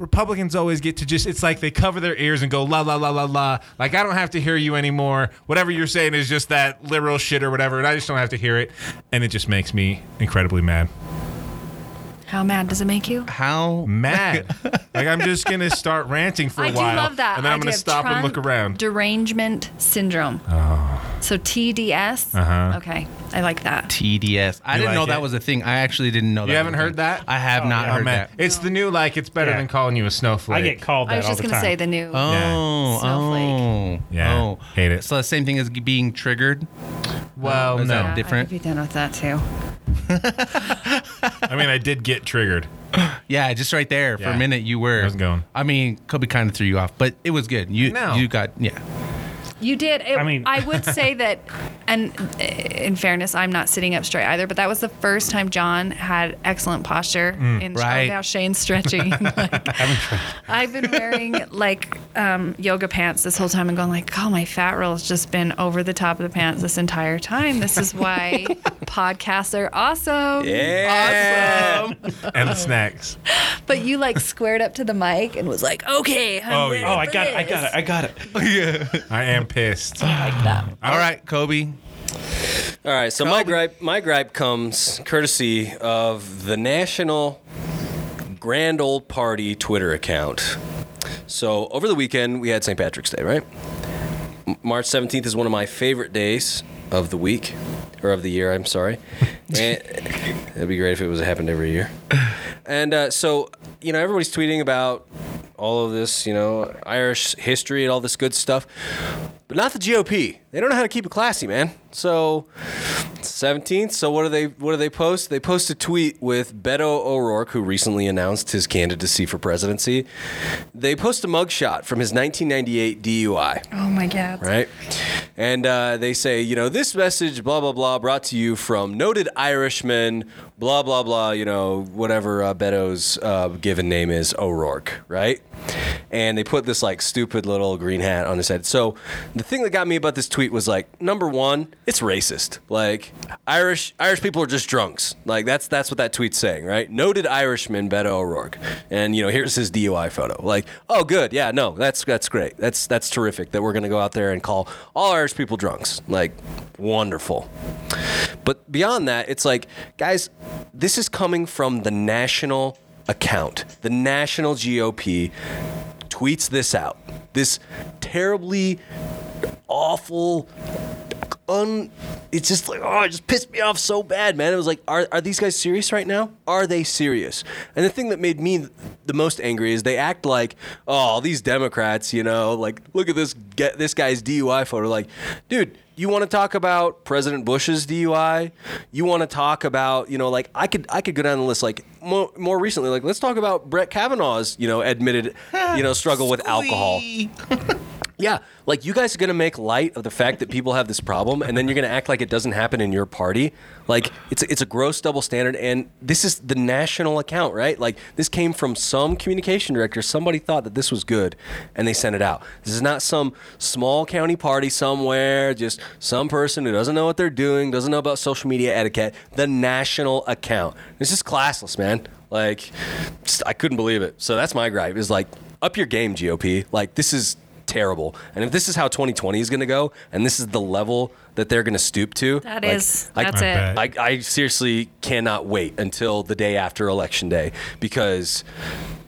B: Republicans always get to just, it's like they cover their ears and go la la la la la. Like I don't have to hear you anymore. Whatever you're saying is just that liberal shit or whatever, and I just don't have to hear it. And it just makes me incredibly mad.
D: How mad does it make you?
A: How?
B: Mad. like I'm just gonna start ranting for a
D: I do
B: while,
D: love that.
B: and then I'm
D: idea
B: gonna
D: of
B: stop and
D: Trump
B: look around.
D: Derangement syndrome. Oh. So TDS.
B: Uh-huh.
D: Okay, I like that.
A: TDS. I
B: You
A: didn't
B: like
A: know
B: it?
A: that was a thing. I actually didn't know that.
B: You
A: was
B: haven't
A: a
B: heard
A: thing.
B: that?
A: I have not
B: Oh,
A: heard
B: man.
A: that.
B: It's the new like it's better
E: Yeah.
B: than calling you a snowflake.
E: I get called that
D: I was
E: all
D: just
E: the
D: gonna
E: time.
D: say the new.
A: Oh,
D: Snowflake.
A: oh,
B: Yeah.
A: oh.
B: Hate it.
A: So the same thing as being triggered.
B: Well,
A: Is
B: no.
A: that different?
D: I could be done with that too.
B: I mean, I did get triggered.
A: Yeah, just right there for
B: Yeah.
A: a minute you were.
B: I was going.
A: I mean, Kobe kind of threw you off, but it was good. You
B: No.
A: you got yeah.
D: You did. It,
E: I
D: I
E: mean-
D: mean, I would say that and uh, in fairness, I'm not sitting up straight either, but that was the first time John had excellent posture in
A: Right.
D: right. now Shane's stretching. Like, I've been wearing like um, yoga pants this whole time and going like, oh, my fat roll's just been over the top of the pants this entire time. This is why podcasts are awesome.
C: Yeah.
B: and the snacks.
D: But you like squared up to the mic and was like, okay, I'm
B: Oh,
D: ready
B: yeah.
E: Oh, I
D: for
E: got it. I
D: this."
E: got it. I got it.
B: I am pissed.
A: All right, Kobe.
C: All right, so my gripe, my gripe comes courtesy of the National Grand Old Party Twitter account. So over the weekend we had St. Patrick's Day, right? M- March 17th is one of my favorite days of the week or of the year. I'm sorry. And- it'd be great if it was happened every year. And uh, so you know everybody's tweeting about all of this, you know, Irish history and all this good stuff, but not the GOP. They don't know how to keep it classy, man. So 17th. So what do they what do they post? They post a tweet with Beto O'Rourke, who recently announced his candidacy for presidency. They post a mugshot from his 1998 DUI
D: Oh my God.
C: right? And uh, they say, you know, this message, blah, blah, blah, brought to you from noted Irishman, blah, blah, blah, you know, whatever uh, Beto's uh, given name is, O'Rourke, right? And they put this like stupid little green hat on his head. So the thing that got me about this tweet was like, number one, it's racist. Like Irish Irish people are just drunks. Like that's that's what that tweet's saying, right? Noted Irishman Beto O'Rourke, and you know here's his DUI photo. Like, oh good, yeah, no, that's that's great. That's that's terrific that we're gonna go out there and call all Irish people drunks. Like, wonderful. But beyond that, it's like, guys, this is coming from the national account, the national GOP tweets this out. This terribly awful un it's just like oh it just pissed me off so bad man it was like are, are these guys serious right now are they serious and the thing that made me the most angry is they act like oh these democrats you know like look at this get this guy's dui photo like dude you want to talk about president bush's dui you want to talk about you know like i could i could go down the list like more, more recently like let's talk about brett kavanaugh's you know admitted you know struggle with alcohol yeah, like you guys are gonna make light of the fact that people have this problem, and then you're gonna act like it doesn't happen in your party. Like it's a, it's a gross double standard, and this is the national account, right? Like this came from some communication director. Somebody thought that this was good, and they sent it out. This is not some small county party somewhere, just some person who doesn't know what they're doing, doesn't know about social media etiquette. The national account. This is classless, man. Like just, I couldn't believe it. So that's my gripe. Is like up your game, GOP. Like this is terrible. And if this is how 2020 is going to go, and this is the level that they're going to stoop to,
D: That
C: like,
D: is.
C: I-
D: that's
B: I
D: it.
B: bet.
C: I, I seriously cannot wait until the day after election day because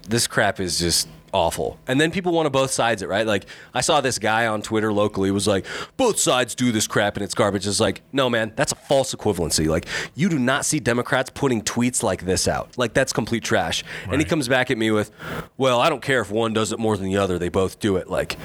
C: this crap is just awful. And then people want to both sides it, right? Like I saw this guy on Twitter locally was like, both sides do this crap and it's garbage. It's like, no man, that's a false equivalency. Like you do not see Democrats putting tweets like this out. Like that's complete trash. And he
B: Right.
C: comes back at me with, well, I don't care if one does it more than the other. They both do it. Like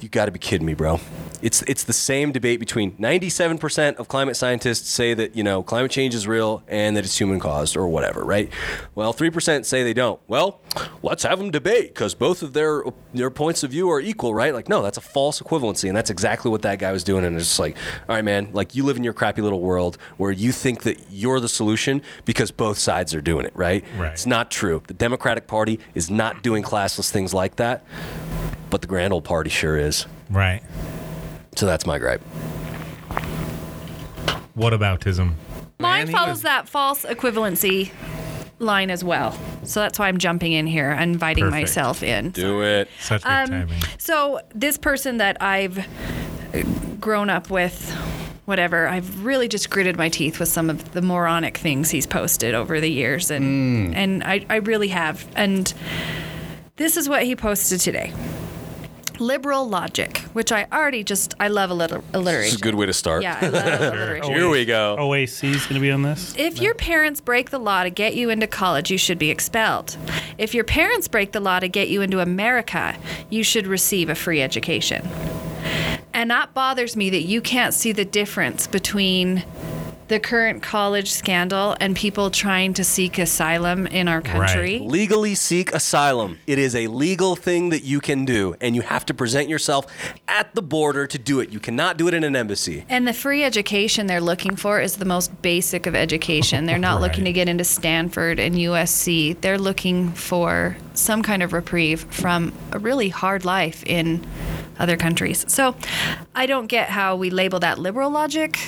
C: you got to be kidding me, bro. It's it's the same debate between 97% of climate scientists say that, you know, climate change is real and that it's human caused or whatever, right? Well, 3% say they don't. Well, let's have them debate cuz both of their their points of view are equal, right? Like no, that's a false equivalency and that's exactly what that guy was doing and it's just like, all right, man, like you live in your crappy little world where you think that you're the solution because both sides are doing it, right?
B: Right.
C: It's not true. The Democratic Party is not doing classless things like that, but the Grand Old Party sure is.
B: Right.
C: So that's my gripe.
B: What aboutism?
A: Man,
D: Mine
A: he
D: follows
A: was-
D: that false equivalency line as well. So that's why I'm jumping in here, inviting
B: Perfect.
D: myself in.
C: Do it.
B: Such good
D: Um,
B: timing.
D: So this person that I've grown up with, whatever, I've really just gritted my teeth with some of the moronic things he's posted over the years,
C: Mm.
D: and and I, I really have. And this is what he posted today. Liberal logic, which I already just I love alliter- alliteration.
C: This is a good way to start.
D: Yeah, I love alliteration.
C: Here we go.
E: OAC's going to be on this.
D: If your parents break the law to get you into college, you should be expelled. If your parents break the law to get you into America, you should receive a free education. And that bothers me that you can't see the difference between the current college scandal and people trying to seek asylum in our country.
C: Legally seek asylum. It is a legal thing that you can do, and you have to present yourself at the border to do it. You cannot do it in an embassy.
D: And the free education they're looking for is the most basic of education. They're not looking
B: Right.
D: to get into Stanford and USC. They're looking for some kind of reprieve from a really hard life in other countries. So I don't get how we label that liberal logic.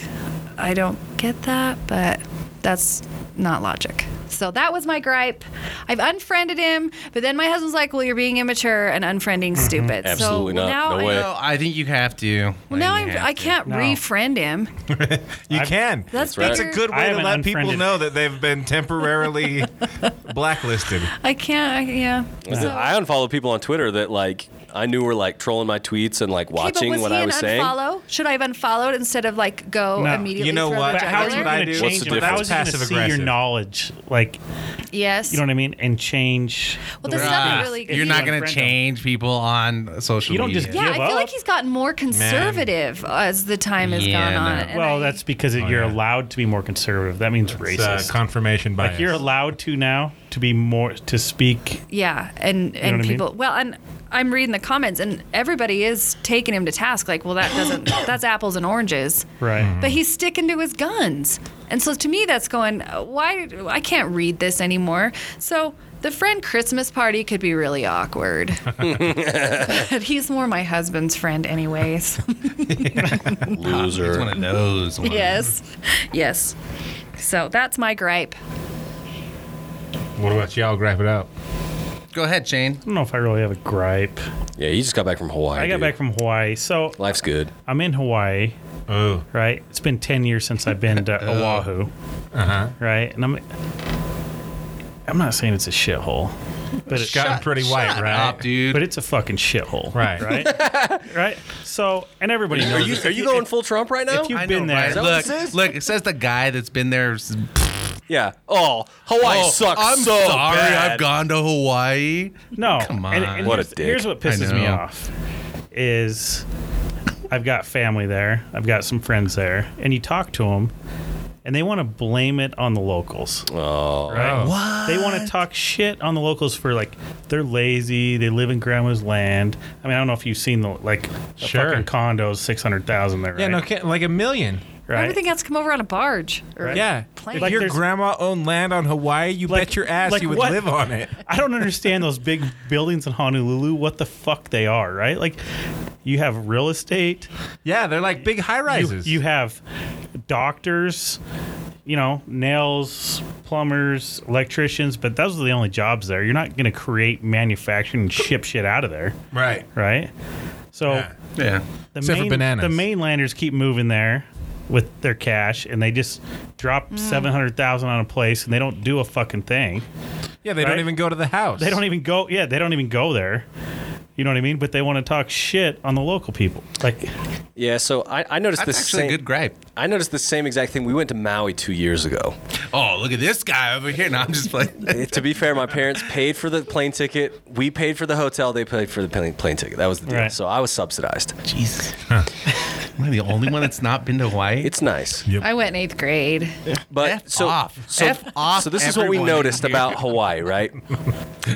D: I don't get that, but that's not logic. So that was my gripe. I've unfriended him, but then my husband's like, "Well, you're being immature and unfriending stupid."
C: Mm-hmm. Absolutely
D: so
C: not.
D: Now
C: No
D: I,
C: way.
A: No, I think you have to.
D: Well, now
A: I
D: I'm, I can't
E: No.
D: refriend him.
B: You can.
D: That's,
C: right.
D: bigger.
B: It's
C: That's
B: a good
E: I
B: way to
E: haven't
B: let people
E: unfriended-
B: know that they've been temporarily blacklisted.
D: I can't. I, yeah. So-
C: I unfollow people on Twitter that like I knew were like trolling my tweets and like
D: Okay, but
C: watching
D: was
C: what
D: he
C: I
D: an
C: was saying.
D: unfollow? Should I have unfollowed instead of like go
E: No.
D: immediately?
B: You know
D: throw
B: what?
D: The
E: But how are you
D: jugular?
B: what I
E: going
B: do.
E: to
B: What's
E: change
C: the
E: them? How
B: difference?
E: is he going to
B: Passive
E: see your
B: aggressive.
E: knowledge? Like,
D: Yes.
E: you know what I mean? And change.
D: Well,
E: the
D: there's
E: way-
D: nothing really.
A: You're not
E: gonna
A: going to change people on social
E: You don't
A: media.
E: just
D: Yeah, I
E: give
D: feel like
E: up.
D: he's gotten more conservative as the time has
A: Yeah,
D: gone on.
A: no.
D: and
E: Well,
D: I-
E: that's because it,
B: Oh,
E: you're
B: yeah.
E: allowed to be more conservative. That means
B: It's uh,
E: racist.
B: confirmation bias.
E: like you're allowed to now to be more to speak.
D: yeah, and
E: what I
D: and
E: mean?
D: people. Well, and I'm reading the comments, and everybody is taking him to task. Like, well, that doesn't. that's apples and oranges.
E: Right.
B: Mm-hmm.
D: But he's sticking to his guns. And so to me, that's going, why? I can't read this anymore. So the friend Christmas party could be really awkward. but he's more my husband's friend, anyways.
A: It's
C: Loser.
A: one of those. ones.
D: yes. Yes. So that's my gripe.
B: What about y'all? Grab it out.
A: Go ahead, Shane.
E: I don't know if I really have a gripe.
C: Yeah, you just got back from Hawaii.
E: I got
C: dude.
E: back from Hawaii, so
C: Life's good.
E: I'm in Hawaii,
B: Oh,
E: right? It's been 10 years since I've been
B: Uh-huh.
E: to Oahu. Right? And I'm I'm not saying it's a shithole, but it's
B: gotten pretty white,
A: Shut
B: right?
A: up, dude.
E: but it's a fucking shithole.
B: Right.
E: Right? right? So, and everybody knows
C: Are you
E: this.
C: are you going full Trump right now?
E: if you-
A: I
E: been there. Is that
A: Look,
C: what it says?
A: look, it says the guy that's been there. s-
C: yeah. Oh, Hawaii
A: Oh,
C: sucks
A: I'm
C: so
A: sorry,
C: bad.
A: I've gone to Hawaii.
E: No.
A: Come
E: And,
A: on.
E: and
C: What a
E: here's,
C: dick.
E: here's what pisses me
A: know.
E: off is I've got family there. I've got some friends there. And you talk to them and they want to blame it on the locals.
C: Oh,
E: Right?
A: What?
E: They want to talk shit on the locals for like they're lazy. They live in grandma's land. I mean, I don't know if you've seen the like the
B: Sure.
E: fucking condos, six hundred thousand there. Right?
B: Yeah, no, ca- like a million.
E: right?
D: Everything has to come over on a barge. Or a
B: Yeah.
D: plane.
B: If
E: Like
B: your
E: there's-
B: grandma owned land on Hawaii, you
E: Like-
B: bet your ass
E: like
B: you would
E: what?
B: live on it.
E: I don't understand those big buildings in Honolulu. What the fuck they are, right? Like, you have real estate.
B: Yeah, they're like big high
E: You,
B: rises.
E: you have doctors. You know, nails, plumbers, electricians, but those are the only jobs there. You're not going to create, manufacture, and ship shit out of there,
B: right.
E: right? So
B: Yeah.
A: Yeah.
E: the
B: Except for
E: main,
B: bananas.
E: The mainlanders keep moving there with their cash, and they just drop seven hundred thousand on a place, and they don't do a fucking thing.
B: Yeah, they
E: Right?
B: don't even go to the house.
E: They don't even go. Yeah, they don't even go there. You know what I mean? But they want to talk shit on the local people. Like,
C: yeah. So I, I noticed
A: That's
C: this
A: actually
C: same.
A: a good gripe.
C: I noticed the same exact thing. We went to Maui two years ago.
A: Oh, look at this guy over here. No, I'm just like,
C: to be fair, my parents paid for the plane ticket. We paid for the hotel. They paid for the plane, plane ticket. That was the deal.
E: Right.
C: So I was subsidized.
A: jeez. Am I the only one that's not been to Hawaii?
C: It's nice.
D: I went in eighth grade.
C: But
A: F
C: so,
A: off.
C: So,
A: F off,
C: So this is what we
A: everyone.
C: noticed about Hawaii, right?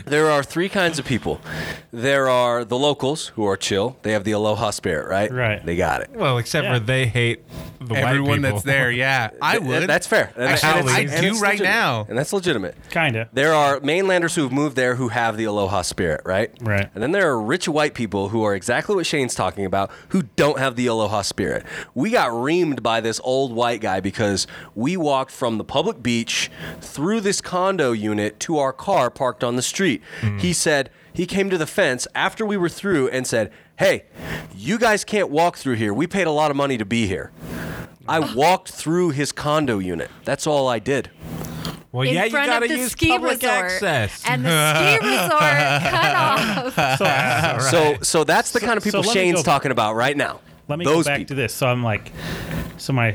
C: there are three kinds of people. There are the locals who are chill. They have the aloha spirit, right?
E: Right.
C: They got it.
B: Well, except
E: Yeah.
B: for they hate the white
A: everyone
B: people.
A: that's there. Yeah, I
C: Th-
A: would.
C: That's fair. And
A: Actually,
C: and
A: I
C: it's-
A: do
C: and it's
A: right
C: legitimate.
A: now.
C: And that's legitimate.
E: kinda.
C: There are mainlanders who've moved there who have the aloha spirit, right?
E: Right.
C: And then there are rich white people who are exactly what Shane's talking about who don't have the aloha spirit. We got reamed by this old white guy because we walked from the public beach through this condo unit to our car parked on the street. He said, he came to the fence after we were through and said, Hey, you guys can't walk through here. We paid a lot of money to be here. I walked through his condo unit. That's all I did.
B: Well,
D: in
B: yeah, you
D: front
B: gotta
D: of the
B: use
D: ski
B: public
D: resort
B: access.
D: and the ski resort cut off.
E: So,
C: So, so that's the kind of
E: so
C: people
E: let me
C: Shane's
E: go-
C: talking about right now.
E: let me
C: Those
E: go back
C: people.
E: to this. So I'm like, so my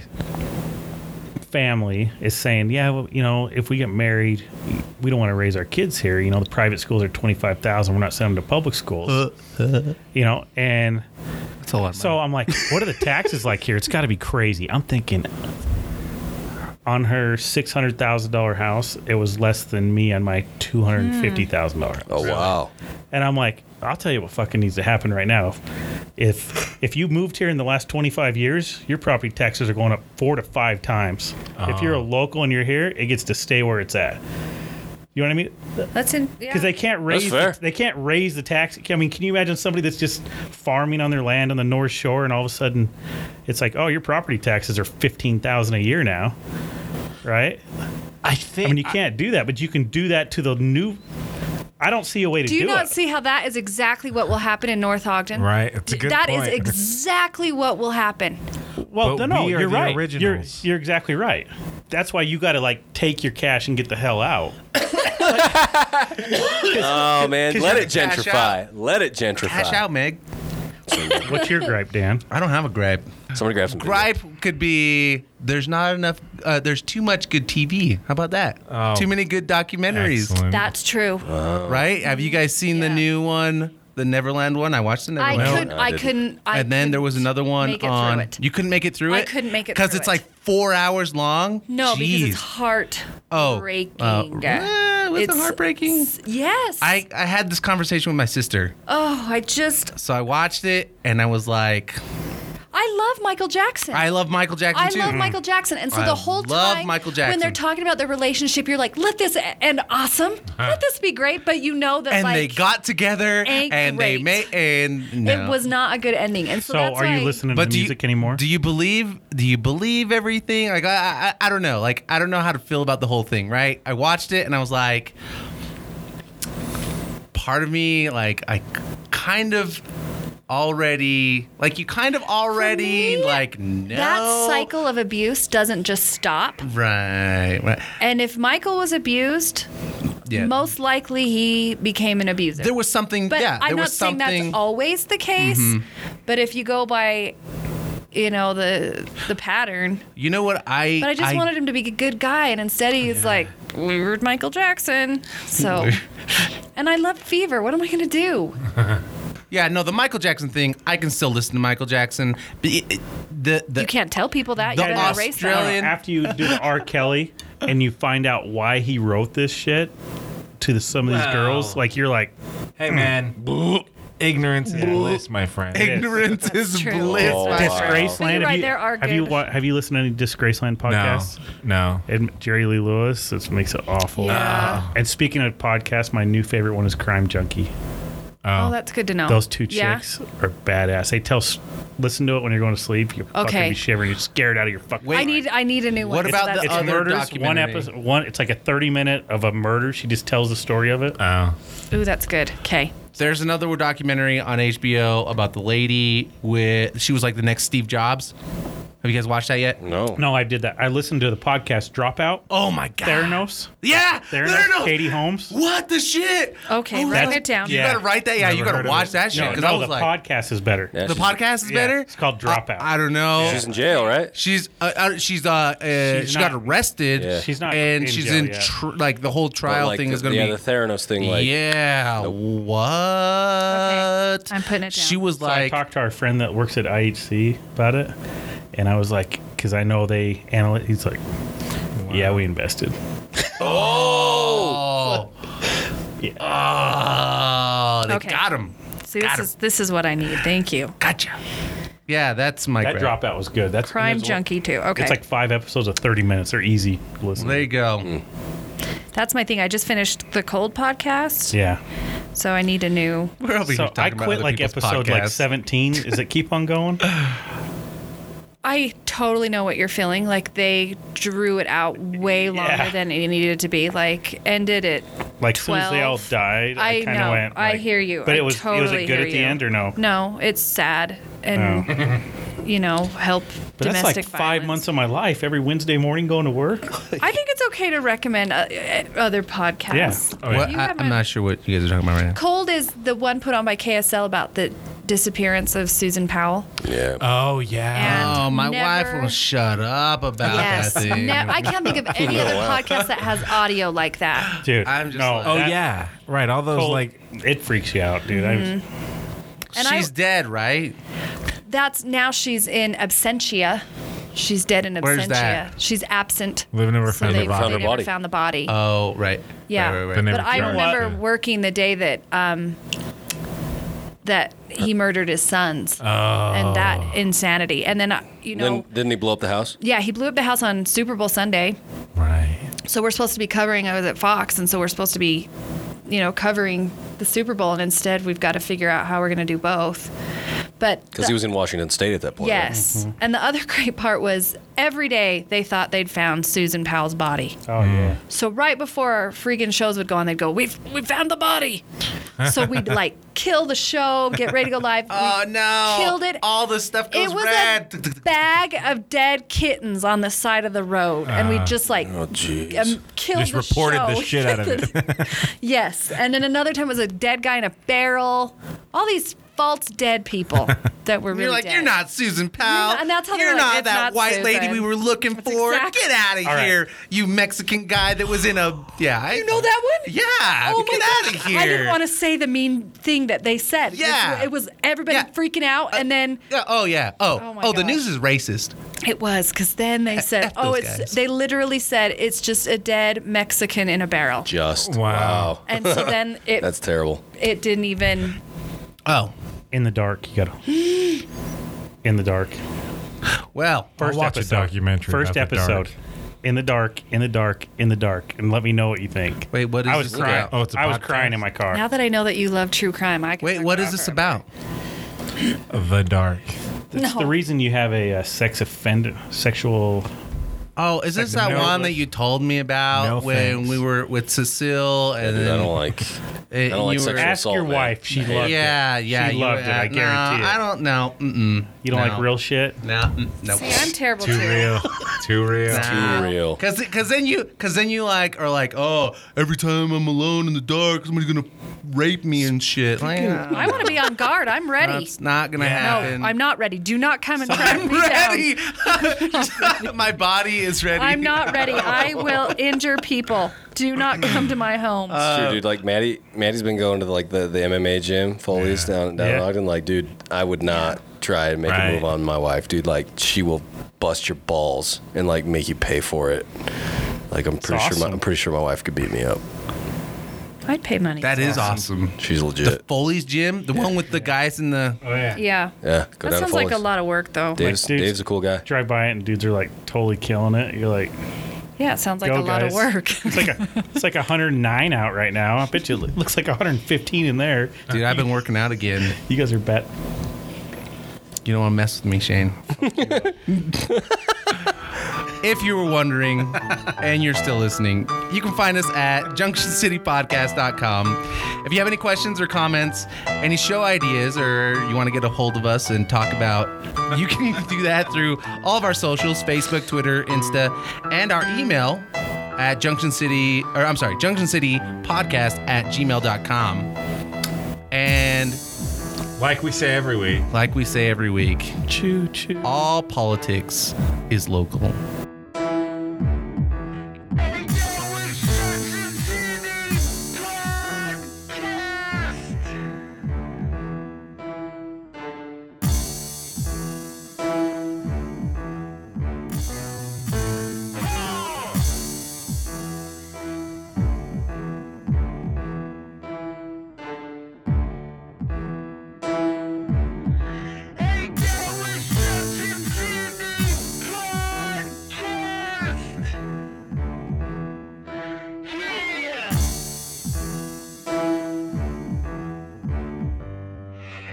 E: family is saying, yeah, well, you know, if we get married, we don't want to raise our kids here. You know, the private schools are twenty five thousand. We're not sending them to public schools. you know, and
A: Uh, That's a lot. Of
E: so I'm like, what are the taxes like here? It's got to be crazy. I'm thinking. on her six hundred thousand dollar house, it was less than me on my two hundred fifty thousand dollar house.
C: Oh wow.
E: And I'm like, I'll tell you what fucking needs to happen right now. If if you moved here in the last 25 years, your property taxes are going up four to five times. If you're a local and you're here, it gets to stay where it's at. You know what I mean?
D: That's in yeah.
E: Because they can't raise
C: fair.
E: the, they can't raise the tax. I mean, can you imagine somebody that's just farming on their land on the North Shore, and all of a sudden, it's like, oh, your property taxes are fifteen thousand a year now, right?
B: I
E: I
B: think
E: mean, you can't do that, but you can do that to the new. I don't see a way to
D: Do
E: do,
D: you not
E: it.
D: see how that is exactly what will happen in North Ogden?
B: Right, it's a good
D: That is
B: point.
D: exactly what will happen.
E: well,
B: But
E: no, no,
B: we are
E: you're
B: the
E: right.
B: originals.
E: You're you're exactly right. That's why you got to like take your cash and get the hell out.
C: Oh man,
E: 'cause
C: let
E: you
C: it
A: gotta cash
C: gentrify. Let it gentrify.
A: Hash out, Meg.
E: What's your gripe, Dan?
A: I don't have a gripe.
C: Somebody grab some. beer.
A: Gripe could be there's not enough. Uh, there's too much good TV. How about that?
B: Oh.
A: Too many good documentaries.
B: Excellent.
D: That's true.
A: Right? Have you guys seen the
D: Yeah.
A: new one, the Neverland one? I watched the
D: I
A: Neverland. one.
D: couldn't.
C: no, I
D: I
C: didn't.
D: couldn't. I
A: and then there was
D: couldn't
A: another one
D: make it through
A: on.
D: it.
A: You couldn't make it through
D: I
A: it.
D: couldn't make it
A: because
D: through
A: it's
D: it.
A: like four hours long.
D: No, because
A: Jeez.
D: it's heartbreaking.
A: Oh, uh, eh, was it heartbreaking?
D: s- Yes.
A: I, I had this conversation with my sister.
D: oh, I just
A: So I watched it and I was like,
D: I love Michael Jackson.
A: I love Michael Jackson
D: I
A: too. Mm-hmm.
D: love Michael Jackson, and so
A: I
D: the whole
A: love
D: time
A: Michael
D: when they're
A: Jackson.
D: talking about their relationship, you're like, "Let this e-, end awesome. Let this be great," but you know that
A: And
D: like
A: they got together
D: ain't
A: and they made
D: great.
A: and no.
D: it was not a good ending. And so,
E: So,
D: that's
E: are
D: why
E: you listening
A: But
E: to
A: do
E: music
A: you,
E: anymore?
A: Do you believe? Do you believe everything? Like I, I, I don't know. Like I don't know how to feel about the whole thing. Right? I watched it and I was like, part of me, like I, kind of already, like you kind of already,
D: me,
A: like no.
D: That cycle of abuse doesn't just stop.
A: Right. Right.
D: And if Michael was abused,
A: Yeah.
D: most likely he became an abuser.
A: there was something.
D: but
A: yeah. There
D: I'm not
A: was
D: saying
A: something. Mm-hmm.
D: that's always the case. But if you go by, you know the the pattern.
A: you know what I?
D: But I just wanted him to be a good guy, and instead he's like weird Michael Jackson. So, and I love Fever. What am I gonna do?
A: Yeah. No, the Michael Jackson thing. I can still listen to Michael Jackson. But it, it- the the
D: You can't tell people that.
A: The
D: you gotta erase that.
A: Australian-
E: after you do the R. Kelly and you find out why he wrote this shit to the, some of these
B: Wow.
E: girls, like you're like,
B: Hey man, ignorance is bliss, my friend.
A: ignorance is
D: true.
A: bliss.
D: Oh,
A: my
C: that's
A: friend.
C: true.
D: So you're right,
E: Disgraceland. have you,
D: there are
E: have you
D: good-
E: wa- have you listened to any Disgraceland
B: No,
E: podcasts?
B: no.
E: And Jerry Lee Lewis, it makes it awful.
D: Yeah.
E: And speaking of podcasts, my new favorite one is Crime Junkie.
D: Oh, that's good to know.
E: Those two
D: Yeah.
E: chicks are badass. They tell, s- listen to it when you're going to sleep. You will
D: Okay.
E: fucking be shivering. You're scared out of your fucking.
A: Wait.
D: I need I need a new one.
A: What about
D: that's
A: the
E: It's
A: other
E: murders. One
A: documentary.
E: episode. One. It's like a 30 minute of a murder. She just tells the story of it.
A: Uh.
B: Oh,
D: Ooh, that's good. Okay.
A: There's another documentary on HBO about the lady with she was like the next Steve Jobs. Have you guys watched that yet?
C: No.
E: No, I did that. I listened to the podcast Dropout.
A: Oh my god.
E: Theranos.
A: Yeah.
E: Theranos.
A: Theranos.
E: Katie Holmes.
A: What the shit?
D: Okay,
A: Oh,
D: write
A: that's-
D: it down.
A: You
E: Yeah.
A: gotta write that. Yeah,
B: Never
A: you
B: heard
A: gotta
B: of
A: watch
B: it.
A: that shit
E: No,
A: because
E: no,
A: I was
E: the
A: like,
E: podcast is better.
C: Yeah,
A: the
C: she's-
A: podcast is
E: Yeah,
A: better.
E: It's called Dropout.
A: I don't know.
C: She's in jail, right?
A: She's uh, uh, she's uh, uh
E: She's
A: she
E: not-
A: got arrested.
C: Yeah.
E: She's not
A: and
E: in
A: she's
E: jail
A: in
E: yet.
A: tr- like the whole
C: But,
A: trial
C: like,
A: thing
C: the,
A: is gonna
C: yeah,
A: be
C: the Theranos thing. Like,
A: yeah. What?
D: I'm putting it down.
A: She was
E: So I
A: like,
E: talked to our friend that works at IHC about it, and I was like, because I know they analyze. He's like, yeah, we invested.
A: oh,
E: Yeah.
A: oh, they
D: Okay.
A: got him.
D: See, this
A: Got
D: is this is what I need. Thank you.
A: Gotcha. Yeah, that's my
E: That
A: grab.
E: dropout was good. That's
D: Crime
E: there's a-
D: junkie too. Okay.
E: It's like five episodes of 30 minutes. They're easy to listen.
A: There you go.
E: Mm.
D: That's my thing. I just finished the cold podcast,
E: yeah.
D: so I need a new.
A: We're over
E: So
A: here
E: I
A: talking about
E: quit
A: other
E: like
A: people's
E: episode like
A: podcasts.
E: 17. Is it keep on going?
D: I totally know what you're feeling. Like they drew it out way longer
E: Yeah.
D: than it needed to be. Like ended it.
E: Like as soon as they all
D: 12.
E: died, I,
D: I
E: kind of
D: know.
E: went.
D: I
E: like-
D: hear you.
E: But
D: I
E: it was it was
D: totally
E: it good
D: hear
E: at the
D: you.
E: end or no?
D: No, it's sad and you know help
E: Oh. But that's
D: domestic
E: like five
D: violence.
E: months of my life. Every Wednesday morning going to work.
D: I think it's okay to recommend uh, uh, other podcasts.
E: Yeah.
A: What?
D: You
A: I,
D: haven't-
A: I'm not sure what you guys are talking about right now.
D: Cold is the one put on by KSL about the disappearance of Susan Powell.
C: Yeah.
B: Oh yeah.
D: And
A: Oh, my
D: never-
A: wife will shut up about
D: Yes.
A: that thing.
D: Ne- I can't think of any other podcast that has audio like that.
E: Dude,
A: I'm just
E: no.
A: like-
B: oh
E: that
B: yeah. Right. All those
E: whole-
B: like
E: it freaks you out, dude. I-
D: And
A: She's
D: I,
A: dead, right?
D: that's now she's in absentia. She's dead in absentia.
A: Where's that?
D: She's absent.
B: Living over
D: so
B: found
D: they,
B: her body.
D: they
C: Found her
D: never
C: body.
D: found the body.
A: Oh, right.
D: yeah.
A: Right, right,
B: The
A: right.
B: name-
D: But I
B: Yeah.
D: remember
B: Yeah.
D: working the day that um, that he murdered his sons
A: Oh.
D: and that insanity. And then uh, you know,
C: Then didn't he blow up the house?
D: yeah, he blew up the house on Super Bowl Sunday.
B: Right.
D: So we're supposed to be covering. I was at Fox, and so we're supposed to be, you know, covering the Super Bowl. And instead, we've got to figure out how we're going to do both. But
C: Because
D: the-
C: he was in Washington State at that point. right?
D: Yes. And the other great part was every day they thought they'd found Susan Powell's body.
E: Oh yeah.
D: So right before our freaking shows would go on, they'd go, We've we found the body. So we'd like kill the show, get ready to go live. We
A: Oh no!
D: Killed it.
A: All the stuff goes
D: it was
A: red.
D: a bag of dead kittens on the side of the road, and we just like
C: Oh, jeez.
D: um, killed
B: Just
D: the
B: reported
D: show.
B: the shit out of it.
D: yes, and then another time it was a dead guy in a barrel. All these false dead people that were really
A: you're like,
D: dead.
A: you're not Susan Powell.
D: You're not- and that's how they're
A: you're
D: like,
A: not
D: "It's
A: that
D: not
A: white lady
D: Susan."
A: we were looking for.
D: exact-
A: Get out of
B: All right.
A: here, you Mexican guy that was in a yeah. You
D: know that one?
A: Yeah.
D: Oh
A: get
D: my
A: out
D: God.
A: of here.
D: I didn't want to say the mean thing that they said. It was-
A: Yeah.
D: It was, everybody
A: Yeah.
D: freaking out, and then
A: Yeah, oh yeah. Oh.
D: Oh,
A: Oh,
D: my
A: the
D: gosh.
A: news is racist.
D: it was because then they said,
A: F
D: "Oh,
A: those
D: it's."
A: guys.
D: They literally said, "It's just a dead Mexican in a barrel,"
C: Just.
B: Wow.
D: and so then
C: That's
D: it
C: terrible.
D: it didn't even.
A: Oh.
E: In the dark, you gotta. in the dark.
A: Well.
E: First
B: watch a
E: episode.
B: documentary
E: First
B: about the
E: episode.
B: dark.
E: In the dark. In the dark. In the dark. And let me know what you think.
A: Wait, what is
E: I was
A: this
E: crying.
A: about?
B: Oh, it's a
E: I was
B: podcast?
E: crying in my car.
D: Now that I know that you love true crime, I can
A: Wait,
D: talk
A: what is this
D: forever.
A: about?
B: The dark.
E: It's
D: No.
E: the reason you have a, uh sex offender, sexual.
A: Oh, is this
E: like
A: that
E: no-
A: one that you told me about
B: No
A: when
B: thanks.
A: we were with Cecile and
C: Dude, I
A: then
C: don't like.
A: uh,
C: don't like
A: you were-
C: sexual
E: Ask
C: assault,
E: your
C: man.
E: wife. She loved
A: Yeah,
E: it.
A: yeah.
E: She
A: you
E: loved
A: were
E: it. I
A: at- no,
E: guarantee it.
A: I don't know. Mm-mm.
E: You don't like
A: No.
E: real shit.
A: No, mm, no.
D: See, I'm terrible too.
B: Too real. Too real.
C: Too real.
A: Cause, cause then you, cause then you like are like, oh, every time I'm alone in the dark, somebody's gonna rape me and shit. Like, uh,
D: I want to be on guard. I'm ready.
A: that's not gonna happen.
D: No, I'm not ready. Do not come and track
A: I'm
D: me down.
A: ready. My body is ready.
D: I'm not ready. I will injure people. Do not come to my home.
A: Uh,
E: Uh,
C: Sure, dude. Like Maddie, Maddie's been going to like the, the MMA gym, Foley's down down in
E: Yeah.
C: Ogden. Like, dude, I would not try and make
B: Right.
C: a move on my wife, dude. Like, she will bust your balls and like make you pay for it. Like, I'm pretty sure my,
E: awesome.
C: I'm pretty sure my wife could beat me up.
D: I'd pay money.
A: That is awesome.
C: She's legit.
A: Foley's gym, the one with the guys in the.
E: Oh yeah.
D: yeah.
C: yeah, go
D: that
C: down to
D: sounds like a
C: Foley's.
D: lot of work, though.
C: Dave's,
E: dudes-
C: Dave's a cool guy.
E: Drive by it and dudes are like totally killing it. You're like,
D: yeah, it sounds like
E: Go,
D: a lot of
E: guys.
D: work.
E: it's like a, it's like 109 out right now. I bet you it looks like 115 in there.
A: Dude, I've been working out again.
E: You guys are bet.
A: You don't want to mess with me, Shane. if you were wondering and you're still listening, you can find us at junctioncitypodcast.com. If you have any questions or comments, any show ideas, or you want to get a hold of us and talk about, you can do that through all of our socials Facebook, Twitter, Insta, and our email at junction city or i'm sorry junction city podcast at gmail.com and
B: Like we say every week.
A: like we say every week
E: Choo choo.
A: all politics is local.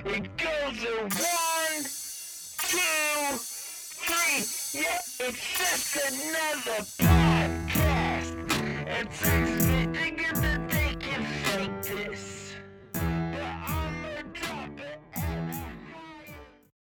F: It goes in one, two, three. Yeah, it's just another podcast. It's just